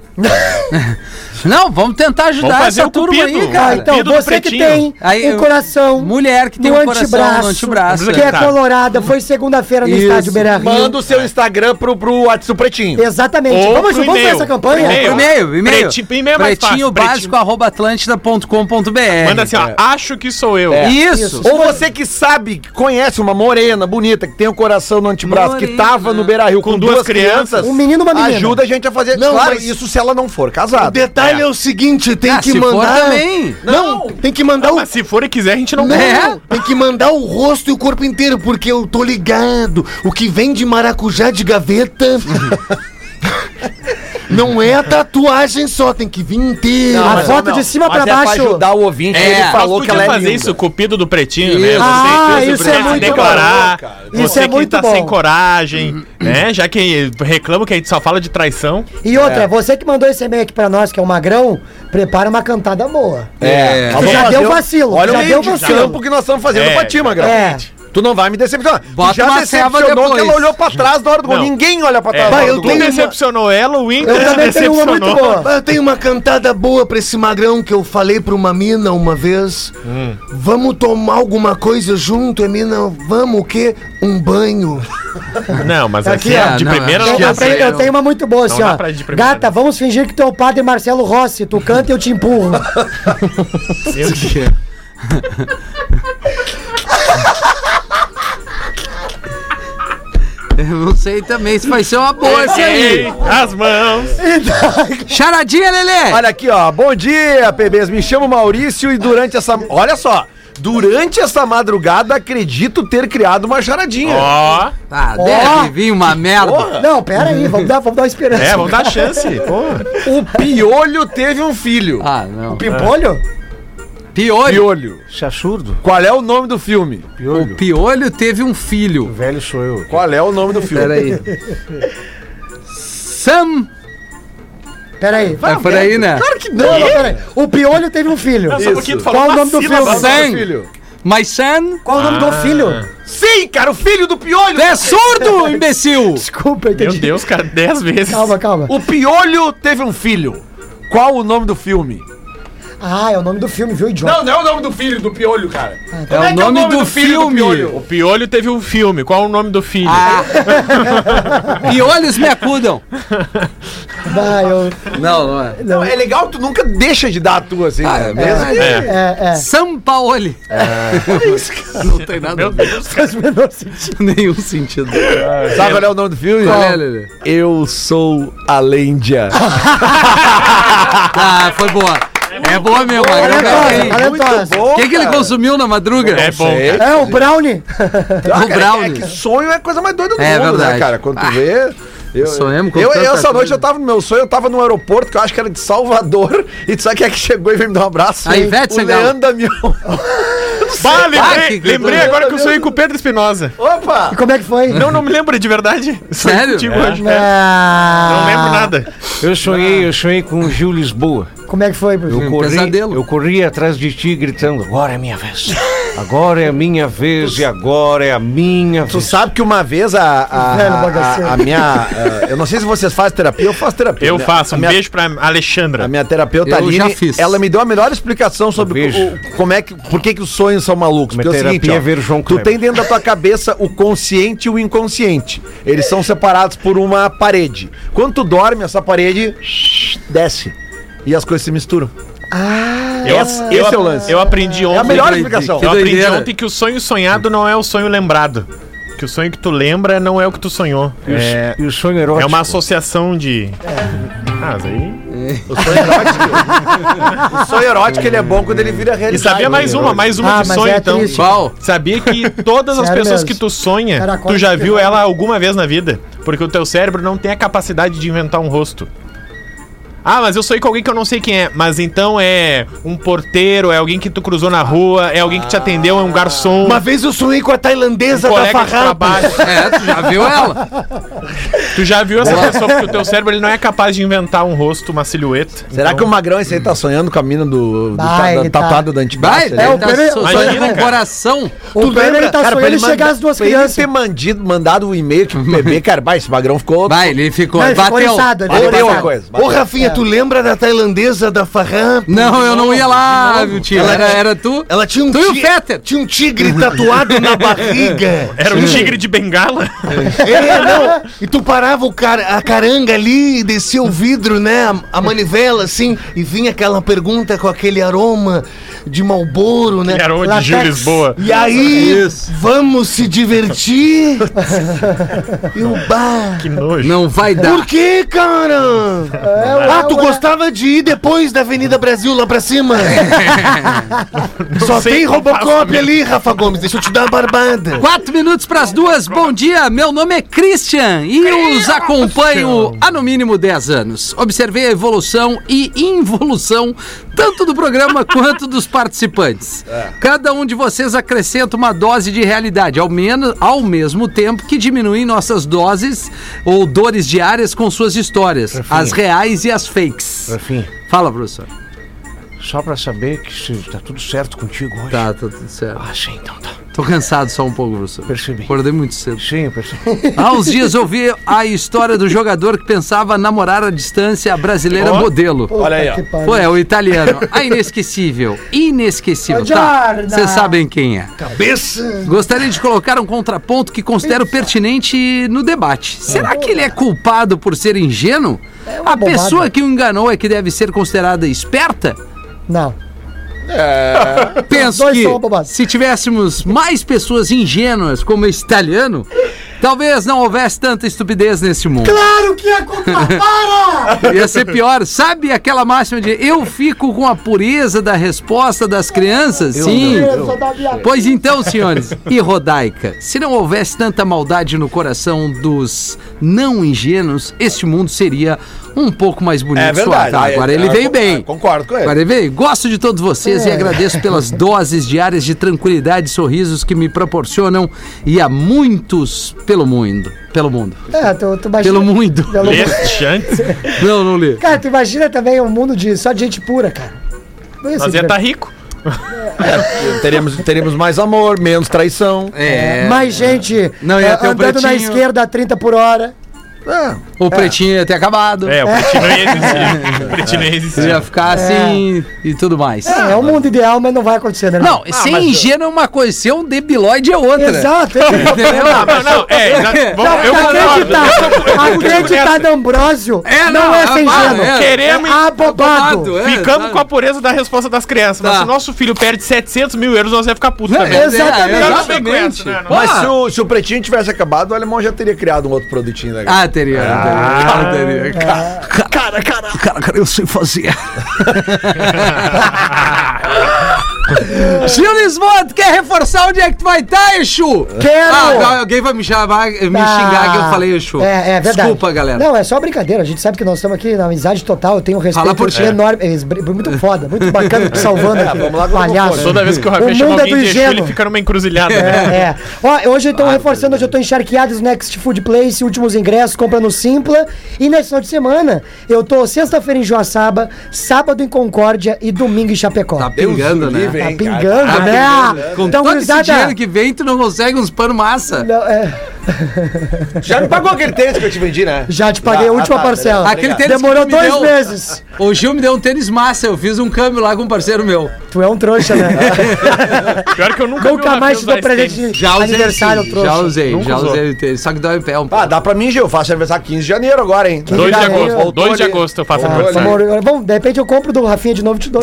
[SPEAKER 4] Não, vamos tentar ajudar
[SPEAKER 6] É. Vamos fazer
[SPEAKER 4] essa
[SPEAKER 6] o
[SPEAKER 4] turma
[SPEAKER 6] cupido.
[SPEAKER 4] aí,
[SPEAKER 5] Ah,
[SPEAKER 4] cara.
[SPEAKER 5] então,
[SPEAKER 6] Dedo do
[SPEAKER 5] você que
[SPEAKER 6] pretinho.
[SPEAKER 5] tem
[SPEAKER 4] Aí,
[SPEAKER 5] um coração.
[SPEAKER 4] mulher que tem
[SPEAKER 5] no
[SPEAKER 4] um coração no antebraço,
[SPEAKER 5] Que é
[SPEAKER 6] tá.
[SPEAKER 5] colorada, foi segunda-feira no
[SPEAKER 4] Isso.
[SPEAKER 5] estádio Beira
[SPEAKER 9] do gol? Manda o seu Instagram pro, pro WhatsApp Pretinho.
[SPEAKER 5] Exatamente.
[SPEAKER 6] Ou
[SPEAKER 5] vamos
[SPEAKER 6] pro
[SPEAKER 5] vamos fazer
[SPEAKER 6] e-mail.
[SPEAKER 5] essa campanha?
[SPEAKER 6] Pro e-mail.
[SPEAKER 4] E-mail, e-mail.
[SPEAKER 6] Preti- e-mail é mais fácil,
[SPEAKER 4] Pretinho básico,
[SPEAKER 6] pretinho.
[SPEAKER 4] arroba atlântida.com.br.
[SPEAKER 6] Manda assim,
[SPEAKER 9] É.
[SPEAKER 6] ó. Acho que sou eu.
[SPEAKER 4] É. Isso.
[SPEAKER 9] Ou você que sabe, que conhece uma morena bonita, que tem o coração no antebraço, que
[SPEAKER 4] Morena.
[SPEAKER 9] tava no Beira Rio com, duas, crianças.
[SPEAKER 5] Um menino e uma menina.
[SPEAKER 9] Ajuda a gente a fazer.
[SPEAKER 10] Não,
[SPEAKER 9] claro,
[SPEAKER 10] mas-
[SPEAKER 9] isso se ela não for
[SPEAKER 10] O
[SPEAKER 9] casada.
[SPEAKER 10] detalhe é, o seguinte, tem
[SPEAKER 4] Ah,
[SPEAKER 10] que
[SPEAKER 4] se for
[SPEAKER 10] mandar.
[SPEAKER 4] também.
[SPEAKER 10] Não, tem que mandar o
[SPEAKER 6] Ah, Mas se for e quiser, a gente não
[SPEAKER 10] Não,
[SPEAKER 5] Né?
[SPEAKER 4] É?
[SPEAKER 10] tem que mandar o rosto e o corpo inteiro, porque eu tô ligado. O que vem de maracujá de gaveta. Não é a tatuagem só, tem que vir inteiro.
[SPEAKER 5] a
[SPEAKER 9] mas-
[SPEAKER 5] foto
[SPEAKER 9] não,
[SPEAKER 5] de cima
[SPEAKER 9] mas
[SPEAKER 5] pra
[SPEAKER 9] é pra
[SPEAKER 5] baixo.
[SPEAKER 9] ajudar o ouvinte,
[SPEAKER 4] É,
[SPEAKER 9] ele
[SPEAKER 4] nós
[SPEAKER 9] falou
[SPEAKER 6] Nós
[SPEAKER 9] que ela é
[SPEAKER 6] podíamos fazer
[SPEAKER 9] linda.
[SPEAKER 6] isso, cupido do pretinho, né?
[SPEAKER 4] Isso.
[SPEAKER 6] Você
[SPEAKER 5] Ah,
[SPEAKER 6] que
[SPEAKER 5] isso
[SPEAKER 6] quer
[SPEAKER 5] é
[SPEAKER 6] se
[SPEAKER 5] muito
[SPEAKER 6] declarar,
[SPEAKER 5] bom, cara.
[SPEAKER 6] Você
[SPEAKER 5] Isso é
[SPEAKER 6] que
[SPEAKER 5] muito
[SPEAKER 6] tá
[SPEAKER 5] bom.
[SPEAKER 6] sem coragem,
[SPEAKER 9] Uhum.
[SPEAKER 6] né? Já que reclama que a gente só fala de traição.
[SPEAKER 5] E outra,
[SPEAKER 9] É.
[SPEAKER 5] você que mandou esse e-mail aqui pra nós, que é o Magrão, prepara uma cantada boa.
[SPEAKER 9] É.
[SPEAKER 5] Tu já
[SPEAKER 9] Vamos
[SPEAKER 5] deu
[SPEAKER 9] fazer o-
[SPEAKER 5] vacilo,
[SPEAKER 9] Olha
[SPEAKER 5] já
[SPEAKER 9] o
[SPEAKER 5] deu
[SPEAKER 9] meio de
[SPEAKER 5] vacilo.
[SPEAKER 9] campo que nós estamos fazendo
[SPEAKER 6] É,
[SPEAKER 9] pra ti, Magrão.
[SPEAKER 5] É.
[SPEAKER 9] Tu não vai me decepcionar.
[SPEAKER 4] Bota
[SPEAKER 9] tu já
[SPEAKER 4] uma ceva
[SPEAKER 9] decepcionou que
[SPEAKER 4] depois.
[SPEAKER 9] ela olhou pra trás na hora do gol.
[SPEAKER 6] Não.
[SPEAKER 9] Ninguém olha pra trás
[SPEAKER 6] É,
[SPEAKER 9] na hora
[SPEAKER 10] eu
[SPEAKER 9] do
[SPEAKER 6] tu
[SPEAKER 10] tenho uma-
[SPEAKER 6] decepcionou ela, o
[SPEAKER 9] É.
[SPEAKER 5] Eu
[SPEAKER 6] Inter
[SPEAKER 5] também tenho uma
[SPEAKER 6] decepcionou.
[SPEAKER 5] muito boa.
[SPEAKER 10] Eu tenho uma cantada boa pra esse magrão que eu falei pra uma mina uma vez.
[SPEAKER 8] Hum.
[SPEAKER 10] Vamos tomar alguma coisa junto, e a mina? Vamos o quê? Um banho.
[SPEAKER 6] Não, mas aqui,
[SPEAKER 5] Aqui,
[SPEAKER 6] ó,
[SPEAKER 4] ah,
[SPEAKER 6] de
[SPEAKER 4] não,
[SPEAKER 6] primeira
[SPEAKER 4] acho
[SPEAKER 5] Eu,
[SPEAKER 6] não
[SPEAKER 4] que
[SPEAKER 5] eu
[SPEAKER 6] dá
[SPEAKER 5] tenho,
[SPEAKER 6] certo.
[SPEAKER 5] é assim, eu tenho uma muito boa, assim,
[SPEAKER 6] dá
[SPEAKER 5] ó.
[SPEAKER 6] pra ir de primeira,
[SPEAKER 5] Gata, vamos fingir que tu é o padre Marcelo Rossi. Tu canta e eu te
[SPEAKER 9] <laughs>
[SPEAKER 5] empurro.
[SPEAKER 4] <laughs> Eu não sei também se vai ser uma boa essa aí.
[SPEAKER 6] Ei, As mãos.
[SPEAKER 4] Charadinha, Lelê.
[SPEAKER 9] Olha aqui, ó. Bom dia, PBs. Me chamo Maurício e durante essa. Olha só. Durante essa madrugada, acredito ter criado uma charadinha.
[SPEAKER 6] Ó.
[SPEAKER 4] Ah,
[SPEAKER 5] Ó.
[SPEAKER 4] deve vir uma merda.
[SPEAKER 5] Não, pera aí, vamos dar, vamos dar uma esperança.
[SPEAKER 6] É, vamos dar chance. Porra.
[SPEAKER 9] O piolho teve um filho.
[SPEAKER 4] Ah, não.
[SPEAKER 5] Pimpolho?
[SPEAKER 4] Piolho.
[SPEAKER 9] Piolho.
[SPEAKER 7] Chachurdo?
[SPEAKER 9] Qual é o nome do filme?
[SPEAKER 4] O Piolho teve um filho.
[SPEAKER 7] Velho sou eu.
[SPEAKER 9] Qual é o nome do filme?
[SPEAKER 4] Peraí. Sam.
[SPEAKER 5] Pera aí.
[SPEAKER 4] É por aí, né?
[SPEAKER 5] Claro que não, não, pera aí. O Piolho teve um filho.
[SPEAKER 6] Só um pouquinho, tu falou
[SPEAKER 5] Qual o
[SPEAKER 6] uma
[SPEAKER 5] nome do
[SPEAKER 6] sílaba
[SPEAKER 9] é
[SPEAKER 5] filme?
[SPEAKER 6] só.
[SPEAKER 4] Sam.
[SPEAKER 9] filho?
[SPEAKER 4] My son.
[SPEAKER 5] Qual é o nome do filho?
[SPEAKER 9] Sim, cara, o filho do piolho.
[SPEAKER 4] Tu é <laughs> surdo, imbecil.
[SPEAKER 5] Desculpa, eu
[SPEAKER 6] Meu
[SPEAKER 5] entendi.
[SPEAKER 6] Deus, cara, dez vezes.
[SPEAKER 5] Calma, calma.
[SPEAKER 9] O piolho teve um filho. Qual o nome do filme?
[SPEAKER 5] Ah, é o nome do filme, viu, idiota?
[SPEAKER 9] Não, não é o nome do filho do piolho, cara.
[SPEAKER 4] É o nome do filme.
[SPEAKER 6] O Piolho teve um filme. Qual o nome do filho?
[SPEAKER 4] <laughs> Ah. Piolhos me acudam.
[SPEAKER 5] Ah, eu...
[SPEAKER 4] Não, não é.
[SPEAKER 9] Não, é legal, tu nunca deixa de dar a tua, assim.
[SPEAKER 4] Ah, é
[SPEAKER 9] né? Mesmo
[SPEAKER 4] verdade. É.
[SPEAKER 6] É.
[SPEAKER 5] É, é.
[SPEAKER 4] Sampaoli. <laughs> Não tem nada
[SPEAKER 6] Meu Deus.
[SPEAKER 5] Faz o menor sentido.
[SPEAKER 4] nenhum sentido.
[SPEAKER 9] que- Sabe qual é o nome do filme?
[SPEAKER 4] Qual é, Lelê?
[SPEAKER 9] Eu sou a Lendia.
[SPEAKER 4] Ah, foi boa. É boa mesmo, Magrão.
[SPEAKER 5] Talentosa,
[SPEAKER 4] ganhei.
[SPEAKER 5] talentosa.
[SPEAKER 9] É bom,
[SPEAKER 4] O que, que ele
[SPEAKER 9] cara.
[SPEAKER 4] consumiu na madruga?
[SPEAKER 6] É bom.
[SPEAKER 9] sei.
[SPEAKER 6] cara.
[SPEAKER 5] É, o Brownie. <laughs>
[SPEAKER 4] o Brown.
[SPEAKER 9] É que sonho é a coisa mais doida do
[SPEAKER 4] É
[SPEAKER 9] mundo, né,
[SPEAKER 4] verdade.
[SPEAKER 9] cara? Quando tu
[SPEAKER 4] Ah.
[SPEAKER 9] vê. Eu,
[SPEAKER 4] Sonhamos com
[SPEAKER 9] eu, eu
[SPEAKER 4] tanta
[SPEAKER 9] essa noite
[SPEAKER 4] coisa.
[SPEAKER 9] eu tava no meu sonho, eu tava num aeroporto que eu acho que era de Salvador, <laughs> e tu sabe quem é que chegou e veio me dar um abraço?
[SPEAKER 4] A Ivete
[SPEAKER 9] o
[SPEAKER 4] Sangalo.
[SPEAKER 9] Leandro Damião.
[SPEAKER 5] <laughs>
[SPEAKER 6] Bah,
[SPEAKER 4] Ah,
[SPEAKER 6] lembrei,
[SPEAKER 4] que-
[SPEAKER 6] lembrei agora que eu sonhei com o Pedro Espinosa.
[SPEAKER 9] Opa!
[SPEAKER 5] E como é que foi?
[SPEAKER 6] Não, não me lembro de verdade. Sonhei
[SPEAKER 4] Sério?
[SPEAKER 6] contigo
[SPEAKER 4] É.
[SPEAKER 6] hoje, né?
[SPEAKER 5] Ah,
[SPEAKER 6] Não lembro nada.
[SPEAKER 7] Eu sonhei, eu sonhei com o Gil Lisboa.
[SPEAKER 5] Como é que foi, professor?
[SPEAKER 7] Eu corri,
[SPEAKER 4] um pesadelo.
[SPEAKER 7] eu corri atrás de ti gritando, agora é minha vez.
[SPEAKER 8] Agora é a minha vez e agora é a minha
[SPEAKER 9] Tu
[SPEAKER 8] vez.
[SPEAKER 9] sabe que uma vez a, a,
[SPEAKER 5] Velho
[SPEAKER 9] a-
[SPEAKER 5] bagaceiro.
[SPEAKER 9] a- a minha. eh, eu não sei se vocês fazem terapia, eu faço terapia.
[SPEAKER 6] Eu
[SPEAKER 9] né?
[SPEAKER 6] faço.
[SPEAKER 9] A
[SPEAKER 6] Um
[SPEAKER 9] minha,
[SPEAKER 6] beijo pra Alexandra.
[SPEAKER 9] A minha terapeuta
[SPEAKER 4] Eu
[SPEAKER 9] Aline,
[SPEAKER 4] já fiz.
[SPEAKER 9] ela me deu a melhor explicação sobre
[SPEAKER 8] beijo.
[SPEAKER 9] o, como é que, por que, que os sonhos são malucos.
[SPEAKER 8] Minha
[SPEAKER 9] Porque é o
[SPEAKER 8] terapia
[SPEAKER 9] seguinte, ó,
[SPEAKER 8] é ver o João
[SPEAKER 9] tu
[SPEAKER 8] Kleber.
[SPEAKER 9] tem dentro da tua cabeça o consciente e o inconsciente. Eles são separados por uma parede. Quando tu dorme, essa parede desce e as coisas se
[SPEAKER 5] <laughs>
[SPEAKER 9] misturam.
[SPEAKER 6] Eu,
[SPEAKER 9] Esse-
[SPEAKER 6] eu-
[SPEAKER 9] esse é o lance.
[SPEAKER 6] Eu aprendi ontem.
[SPEAKER 9] É a melhor
[SPEAKER 6] eu
[SPEAKER 9] explicação.
[SPEAKER 4] que
[SPEAKER 6] aprendi
[SPEAKER 4] doideira.
[SPEAKER 6] ontem que o sonho sonhado não é o sonho lembrado. Que o sonho que tu lembra não é o que tu sonhou. É,
[SPEAKER 8] E o sonho erótico.
[SPEAKER 6] é uma associação de. Ah, mas aí.
[SPEAKER 9] O sonho erótico. o sonho erótico ele é bom quando ele né? vira
[SPEAKER 6] E
[SPEAKER 9] realidade.
[SPEAKER 6] sabia mais uma, mais uma
[SPEAKER 5] Ah,
[SPEAKER 6] de
[SPEAKER 5] mas
[SPEAKER 6] sonho,
[SPEAKER 5] é
[SPEAKER 6] então.
[SPEAKER 5] triste.
[SPEAKER 4] Qual?
[SPEAKER 6] Sabia que todas as
[SPEAKER 5] Sério
[SPEAKER 6] pessoas
[SPEAKER 5] mesmo.
[SPEAKER 6] que tu sonha,
[SPEAKER 5] Cara,
[SPEAKER 6] tu
[SPEAKER 5] acorda
[SPEAKER 6] já
[SPEAKER 5] que
[SPEAKER 6] viu
[SPEAKER 5] vai.
[SPEAKER 6] ela alguma vez na vida. Porque o teu cérebro não tem a capacidade de inventar um rosto. Ah, mas eu sonhei com alguém que eu não sei quem é. Mas então é um porteiro, é alguém que tu cruzou na rua, é alguém que te atendeu, é um garçom.
[SPEAKER 10] Uma vez eu sonhei com a tailandesa da
[SPEAKER 6] Um colega de
[SPEAKER 10] farrapa.
[SPEAKER 6] trabalho.
[SPEAKER 4] É, tu já viu
[SPEAKER 6] <laughs>
[SPEAKER 4] ela?
[SPEAKER 6] Tu já viu essa pessoa porque o teu cérebro ele não é capaz de inventar um rosto, uma silhueta.
[SPEAKER 9] Será que o Magrão esse aí tá sonhando com a mina do, do
[SPEAKER 5] Vai,
[SPEAKER 9] ta-
[SPEAKER 5] ele
[SPEAKER 9] da,
[SPEAKER 5] tá.
[SPEAKER 9] tatuada da antiga?
[SPEAKER 4] Vai, é
[SPEAKER 5] o
[SPEAKER 4] o tá
[SPEAKER 5] primeiro-
[SPEAKER 4] so-
[SPEAKER 6] Imagina,
[SPEAKER 4] sonhando com o
[SPEAKER 6] um cara.
[SPEAKER 4] coração.
[SPEAKER 5] O Pedro ele tá
[SPEAKER 9] cara,
[SPEAKER 5] sonhando
[SPEAKER 9] pra
[SPEAKER 5] em chegar
[SPEAKER 9] manda-
[SPEAKER 5] as duas
[SPEAKER 9] pra ele
[SPEAKER 5] crianças.
[SPEAKER 9] ter mandido, mandado um e-mail que o bebê, cara, vai, esse magrão ficou.
[SPEAKER 4] Vai, ele ficou.
[SPEAKER 5] Não, ele ficou
[SPEAKER 4] bateu.
[SPEAKER 5] oriçado, ele
[SPEAKER 9] Bateu
[SPEAKER 5] ficou
[SPEAKER 9] a
[SPEAKER 5] oriçado.
[SPEAKER 9] coisa.
[SPEAKER 10] Ô, Rafinha, tu lembra da tailandesa da farrapa?
[SPEAKER 4] Não, eu não ia lá, meu tio. Era, era tu.
[SPEAKER 10] Ela tinha um
[SPEAKER 4] Tu e o
[SPEAKER 10] ti-
[SPEAKER 4] Fetter.
[SPEAKER 10] Tinha um tigre tatuado na
[SPEAKER 8] <laughs>
[SPEAKER 10] barriga.
[SPEAKER 6] Era um tigre de bengala?
[SPEAKER 10] É, não. E tu parava o cara, a caranga ali e descia o vidro, né? A, a manivela, assim, e vinha aquela pergunta com aquele aroma de malboro, né?
[SPEAKER 6] Era um de
[SPEAKER 5] É. Latex.
[SPEAKER 6] Gil Lisboa.
[SPEAKER 10] E aí, vamos se divertir? e o bar.
[SPEAKER 6] Que nojo.
[SPEAKER 4] Não vai dar.
[SPEAKER 10] Por que, cara?
[SPEAKER 5] É
[SPEAKER 8] É.
[SPEAKER 10] ah, tu
[SPEAKER 5] ué.
[SPEAKER 10] gostava de ir depois da Avenida Brasil lá pra
[SPEAKER 6] <laughs>
[SPEAKER 10] cima? Só
[SPEAKER 6] sei
[SPEAKER 10] tem
[SPEAKER 6] como faço
[SPEAKER 10] Robocop
[SPEAKER 6] também.
[SPEAKER 10] ali, Rafa Gomes. Deixa eu te dar uma barbada.
[SPEAKER 4] Quatro minutos para as duas, bom dia, meu nome é Christian e eu os acompanho há no mínimo 10 anos. Observei a evolução e involução tanto do <laughs> programa quanto dos participantes. Cada um de vocês acrescenta uma dose de realidade, ao, menos, ao mesmo tempo que diminuem nossas doses ou dores diárias com suas histórias, as reais e as fakes.
[SPEAKER 8] Enfim,
[SPEAKER 4] Fala, professor.
[SPEAKER 8] só pra saber que se tá tudo certo contigo hoje.
[SPEAKER 4] Tá, tá tudo certo.
[SPEAKER 8] Ah, sim, então tá.
[SPEAKER 4] Tô cansado só um pouco, professor.
[SPEAKER 8] Percebi.
[SPEAKER 4] Acordei muito cedo.
[SPEAKER 8] Sim, pessoal. <laughs>
[SPEAKER 4] Há uns dias eu vi a história do jogador que pensava namorar à distância a brasileira modelo.
[SPEAKER 5] Olha aí, ó.
[SPEAKER 4] Pô, é o italiano. A inesquecível. Inesquecível. Tá.
[SPEAKER 5] Buongiorno.
[SPEAKER 4] Vocês sabem quem é.
[SPEAKER 10] Cabeça.
[SPEAKER 4] Gostaria de colocar um contraponto que considero pertinente no debate. Será que ele é culpado por ser ingênuo?
[SPEAKER 5] É uma
[SPEAKER 4] A pessoa
[SPEAKER 5] bobada.
[SPEAKER 4] que o enganou é que deve ser considerada
[SPEAKER 5] <laughs>
[SPEAKER 4] esperta?
[SPEAKER 5] Não.
[SPEAKER 4] Penso
[SPEAKER 5] Dois
[SPEAKER 4] que
[SPEAKER 5] são uma bobagem.
[SPEAKER 4] se tivéssemos mais pessoas ingênuas como esse italiano, talvez não houvesse tanta estupidez nesse mundo.
[SPEAKER 5] Claro que é <laughs> culpa para!
[SPEAKER 4] Ia ser pior. Sabe aquela máxima de eu fico com a pureza da resposta das crianças? Sim. Pois então, senhores, e Rodaica, se não houvesse tanta maldade no coração dos não ingênuos, este mundo seria um pouco mais bonito.
[SPEAKER 9] É verdade.
[SPEAKER 4] suave. Ah, Agora ele veio
[SPEAKER 9] é,
[SPEAKER 4] bem.
[SPEAKER 9] Concordo com ele.
[SPEAKER 4] Agora ele veio. Gosto de todos vocês e agradeço pelas doses diárias de tranquilidade e sorrisos que me proporcionam e a muitos pelo mundo. Pelo mundo.
[SPEAKER 5] É, tu, tu imagina.
[SPEAKER 4] Pelo mundo.
[SPEAKER 5] Pelo mundo.
[SPEAKER 6] Leste antes,
[SPEAKER 4] Não, não li.
[SPEAKER 5] Cara, tu imagina também um mundo de só de gente pura, cara. Não ia ser
[SPEAKER 6] nós ia
[SPEAKER 5] divertido.
[SPEAKER 6] tá rico.
[SPEAKER 9] Teremos, teremos mais amor, menos traição.
[SPEAKER 4] É.
[SPEAKER 5] Mais gente
[SPEAKER 4] Não, ia
[SPEAKER 5] é,
[SPEAKER 4] ter o
[SPEAKER 5] andando na
[SPEAKER 4] pretinho.
[SPEAKER 5] esquerda a 30 por hora.
[SPEAKER 4] O pretinho ia ter acabado.
[SPEAKER 6] É, o é. Pretino ia existir. O Pretino ia
[SPEAKER 4] Ele ia
[SPEAKER 6] existir.
[SPEAKER 4] ficar assim e tudo mais.
[SPEAKER 5] É, é o mundo ideal, mas não vai acontecer, né?
[SPEAKER 6] Ah,
[SPEAKER 4] Não, ser ingênuo é uma coisa, ser um debilóide é outra. <laughs>
[SPEAKER 5] Exato.
[SPEAKER 4] Entendeu?
[SPEAKER 6] Não, não, é, exato. Vamos- eu concordo.
[SPEAKER 5] acreditar, acreditar
[SPEAKER 6] nessa.
[SPEAKER 5] no Ambrósio
[SPEAKER 4] É,
[SPEAKER 5] tá não,
[SPEAKER 4] não,
[SPEAKER 5] é ser
[SPEAKER 4] é,
[SPEAKER 5] ingênuo.
[SPEAKER 4] é,
[SPEAKER 6] Queremos-
[SPEAKER 5] É abobado.
[SPEAKER 4] Abobado, é,
[SPEAKER 6] Ficamos
[SPEAKER 4] sabe?
[SPEAKER 6] com a pureza da resposta das crianças. Mas
[SPEAKER 4] Tá.
[SPEAKER 6] se o nosso filho perde 700 mil euros, nós ia ficar puto
[SPEAKER 4] É,
[SPEAKER 6] também.
[SPEAKER 5] exato. exatamente.
[SPEAKER 4] é,
[SPEAKER 6] Mas
[SPEAKER 4] exatamente.
[SPEAKER 9] Mas
[SPEAKER 4] Ah,
[SPEAKER 9] se o, se o pretinho tivesse acabado, o alemão já teria criado um outro produtinho legal.
[SPEAKER 4] Ah, teria, teria, teria. Cara,
[SPEAKER 3] Cara, cara, cara, cara, eu sei
[SPEAKER 5] <laughs>
[SPEAKER 3] fazer.
[SPEAKER 4] Gil Lisboa, tu quer reforçar onde é que tu vai estar, Exu?
[SPEAKER 5] Quero. Tá.
[SPEAKER 4] Ah, agora alguém vai me chamar, me xingar que eu falei Exu.
[SPEAKER 5] É, é verdade.
[SPEAKER 4] Desculpa, galera.
[SPEAKER 5] Não, é só brincadeira. A gente sabe que nós estamos aqui na amizade total. Eu tenho um respeito
[SPEAKER 4] Fala por ti.
[SPEAKER 5] enorme. É, br- muito foda, muito bacana te
[SPEAKER 6] <laughs>
[SPEAKER 5] salvando
[SPEAKER 6] É,
[SPEAKER 5] aqui.
[SPEAKER 9] vamos lá,
[SPEAKER 5] palhaço.
[SPEAKER 6] Toda vez que o Rafinha
[SPEAKER 5] mundo
[SPEAKER 6] chama
[SPEAKER 5] é
[SPEAKER 6] alguém
[SPEAKER 5] do
[SPEAKER 6] de Exu, ele
[SPEAKER 5] ingênuo.
[SPEAKER 6] fica numa encruzilhada. né?
[SPEAKER 5] É, é. Ó, hoje então reforçando, hoje eu tô encharqueado no Next Food Place, últimos ingressos, compra no Simpla. E nesse final de semana, eu tô sexta-feira em Joaçaba, sábado em Concórdia e domingo em Chapecó.
[SPEAKER 4] Tá pingando, né?
[SPEAKER 5] tá
[SPEAKER 9] bem, cara.
[SPEAKER 5] pingando,
[SPEAKER 9] Tá
[SPEAKER 5] né?
[SPEAKER 4] Com
[SPEAKER 5] então,
[SPEAKER 4] todo esse
[SPEAKER 5] gurizada...
[SPEAKER 4] dinheiro que vem, tu não consegue uns pano massa.
[SPEAKER 5] Não, é,
[SPEAKER 9] Já me pagou aquele tênis que eu te vendi, né?
[SPEAKER 5] já te paguei a
[SPEAKER 9] Ah,
[SPEAKER 5] última
[SPEAKER 9] tá,
[SPEAKER 5] parcela.
[SPEAKER 4] Aquele
[SPEAKER 9] Obrigado.
[SPEAKER 4] tênis
[SPEAKER 5] Demorou
[SPEAKER 4] que tu me
[SPEAKER 5] dois
[SPEAKER 4] deu-
[SPEAKER 5] meses.
[SPEAKER 4] O Gil me deu um tênis massa, eu fiz um câmbio lá com um parceiro meu.
[SPEAKER 5] Tu é um trouxa, né?
[SPEAKER 6] Pior que eu nunca vi o
[SPEAKER 5] Nunca
[SPEAKER 6] Rafinha
[SPEAKER 5] mais te dou
[SPEAKER 6] usar esse
[SPEAKER 5] presente de
[SPEAKER 4] Já usei,
[SPEAKER 5] aniversário,
[SPEAKER 4] sim,
[SPEAKER 5] trouxa.
[SPEAKER 4] já usei,
[SPEAKER 9] Nunca
[SPEAKER 4] já
[SPEAKER 9] usou.
[SPEAKER 4] usei o tênis. Só que dá em pé um pouco.
[SPEAKER 9] Ah, dá pra mim, Gil. Eu faço aniversário 15 de janeiro agora, hein?
[SPEAKER 6] Dois de
[SPEAKER 5] Cara, eu-
[SPEAKER 6] agosto. Dois de
[SPEAKER 9] ali.
[SPEAKER 6] agosto eu faço
[SPEAKER 9] Olha.
[SPEAKER 6] aniversário.
[SPEAKER 5] Amor, eu- bom, de repente eu compro do Rafinha de novo e te dou.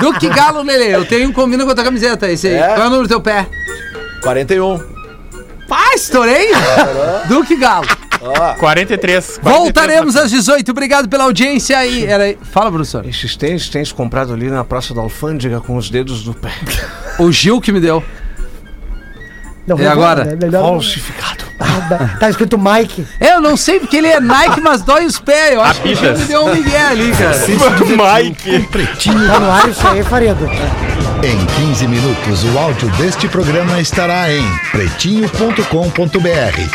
[SPEAKER 4] Do que galo, Lele? Eu tenho um combina com a tua camiseta, esse aí.
[SPEAKER 9] É?
[SPEAKER 4] Qual é o número do teu pé?
[SPEAKER 9] 41.
[SPEAKER 4] Pá,
[SPEAKER 9] É,
[SPEAKER 4] estourei! Do que galo.
[SPEAKER 6] 43. 43.
[SPEAKER 4] Voltaremos às 18. Obrigado pela audiência e. Era aí. Fala, professor.
[SPEAKER 8] Esses tênis tens comprado ali na Praça da Alfândega com os dedos do pé.
[SPEAKER 4] O Gil que me deu.
[SPEAKER 5] Não,
[SPEAKER 4] E agora?
[SPEAKER 5] é melhor não.
[SPEAKER 8] Falsificado.
[SPEAKER 5] Tá- Tá escrito Mike.
[SPEAKER 4] Eu não sei porque ele é Nike, mas dói os pés. Eu acho que o Gil
[SPEAKER 6] Rapidas.
[SPEAKER 4] me deu um migué ali, cara.
[SPEAKER 6] Mike.
[SPEAKER 5] Tá no ar isso aí, Faredo.
[SPEAKER 2] Em 15 minutos, o áudio deste programa estará em pretinho.com.br